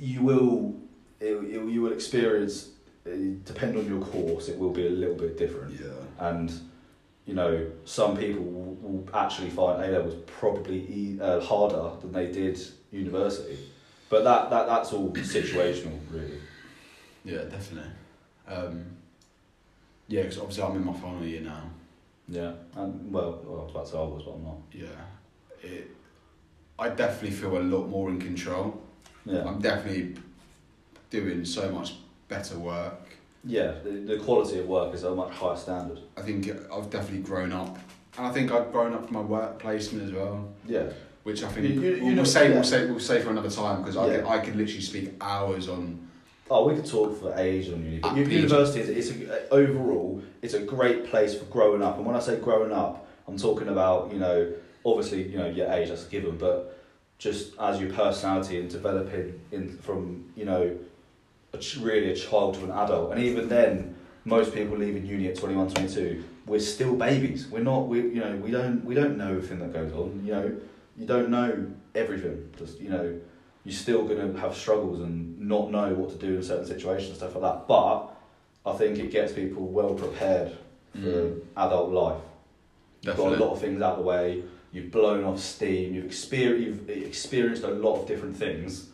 [SPEAKER 1] you will, it, it- you will experience. uh, Depend on your course, it will be a little bit different.
[SPEAKER 2] Yeah.
[SPEAKER 1] and you know some people will, will actually find A levels probably e- uh, harder than they did university, but that, that that's all situational really.
[SPEAKER 2] Yeah, definitely. Um, yeah, because obviously I'm in my final year now.
[SPEAKER 1] Yeah, and well, well I was about to say I was, but I'm not.
[SPEAKER 2] Yeah. It, I definitely feel a lot more in control.
[SPEAKER 1] Yeah,
[SPEAKER 2] I'm definitely doing so much better work.
[SPEAKER 1] yeah. The, the quality of work is a much higher standard.
[SPEAKER 2] I think I've definitely grown up. And I think I've grown up for my work placement as well,
[SPEAKER 1] Yeah,
[SPEAKER 2] which I think
[SPEAKER 1] You- you- you
[SPEAKER 2] we'll,
[SPEAKER 1] know-
[SPEAKER 2] we'll say,
[SPEAKER 1] yeah.
[SPEAKER 2] we'll, say, we'll say for another time because I,
[SPEAKER 1] Yeah.
[SPEAKER 2] could, I could literally speak hours on.
[SPEAKER 1] Oh, we could talk for ages on uni.
[SPEAKER 2] At
[SPEAKER 1] U-
[SPEAKER 2] peak.
[SPEAKER 1] University is it's a, overall it's a great place for growing up, and when I say growing up, I'm talking about you know obviously you know your age that's a given, but just as your personality and developing in from you know a ch- really a child to an adult, and even then most people leaving uni at 21, 22, we're still babies. We're not we you know we don't we don't know everything that goes on. You know you don't know everything. Just you know you're still going to have struggles and not know what to do in certain situations and stuff like that. But I think it gets people well prepared for
[SPEAKER 2] Mm.
[SPEAKER 1] adult life. You've got a lot of things out of the way. You've blown off steam. You've experienced you've experienced a lot of different things,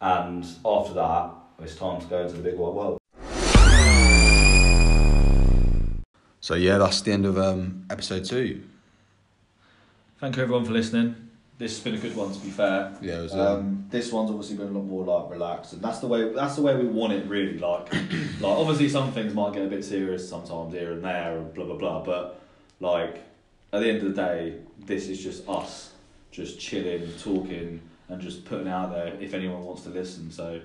[SPEAKER 1] and after that, it's time to go into the big wide world.
[SPEAKER 2] So, yeah, that's the end of um, episode two.
[SPEAKER 3] Thank you everyone for listening. This has been a good one to be fair.
[SPEAKER 2] Yeah, it was, um,
[SPEAKER 1] Um, this one's obviously been a lot more like relaxed, and that's the way that's the way we want it really. Like, like obviously some things might get a bit serious sometimes here and there, and blah blah blah. But like at the end of the day, this is just us, just chilling, talking, and just putting it out there if anyone wants to listen. So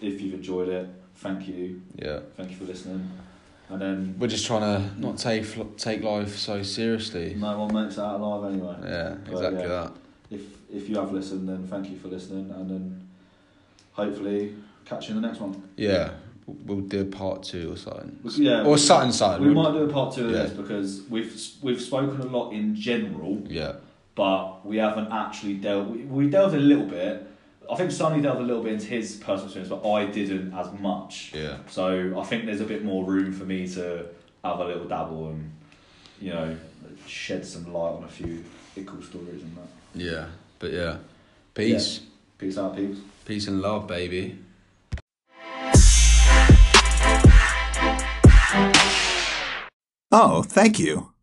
[SPEAKER 1] if you've enjoyed it, thank you,
[SPEAKER 2] yeah.
[SPEAKER 3] thank you for listening. And then
[SPEAKER 2] We're just trying to not take take life so seriously.
[SPEAKER 3] no one makes it out alive anyway.
[SPEAKER 2] Yeah,
[SPEAKER 3] But,
[SPEAKER 2] exactly
[SPEAKER 3] yeah.
[SPEAKER 2] that.
[SPEAKER 3] If if you have listened, then thank you for listening, and then hopefully catch you in the next one.
[SPEAKER 2] Yeah, we'll do part two or something.
[SPEAKER 3] Yeah,
[SPEAKER 2] Or something, something.
[SPEAKER 3] we might do a part two of
[SPEAKER 2] Yeah.
[SPEAKER 3] this because we've we've spoken a lot in general,
[SPEAKER 2] Yeah,
[SPEAKER 3] but we haven't actually delved. We, we delved a little bit. I think Sonny delved a little bit into his personal experience, but I didn't as much.
[SPEAKER 2] yeah.
[SPEAKER 3] So I think there's a bit more room for me to have a little dabble and you know shed some light on a few cool stories and that.
[SPEAKER 2] Yeah, but yeah. Peace.
[SPEAKER 3] Peace out, peeps.
[SPEAKER 2] Peace and love, baby.
[SPEAKER 4] Oh, thank you.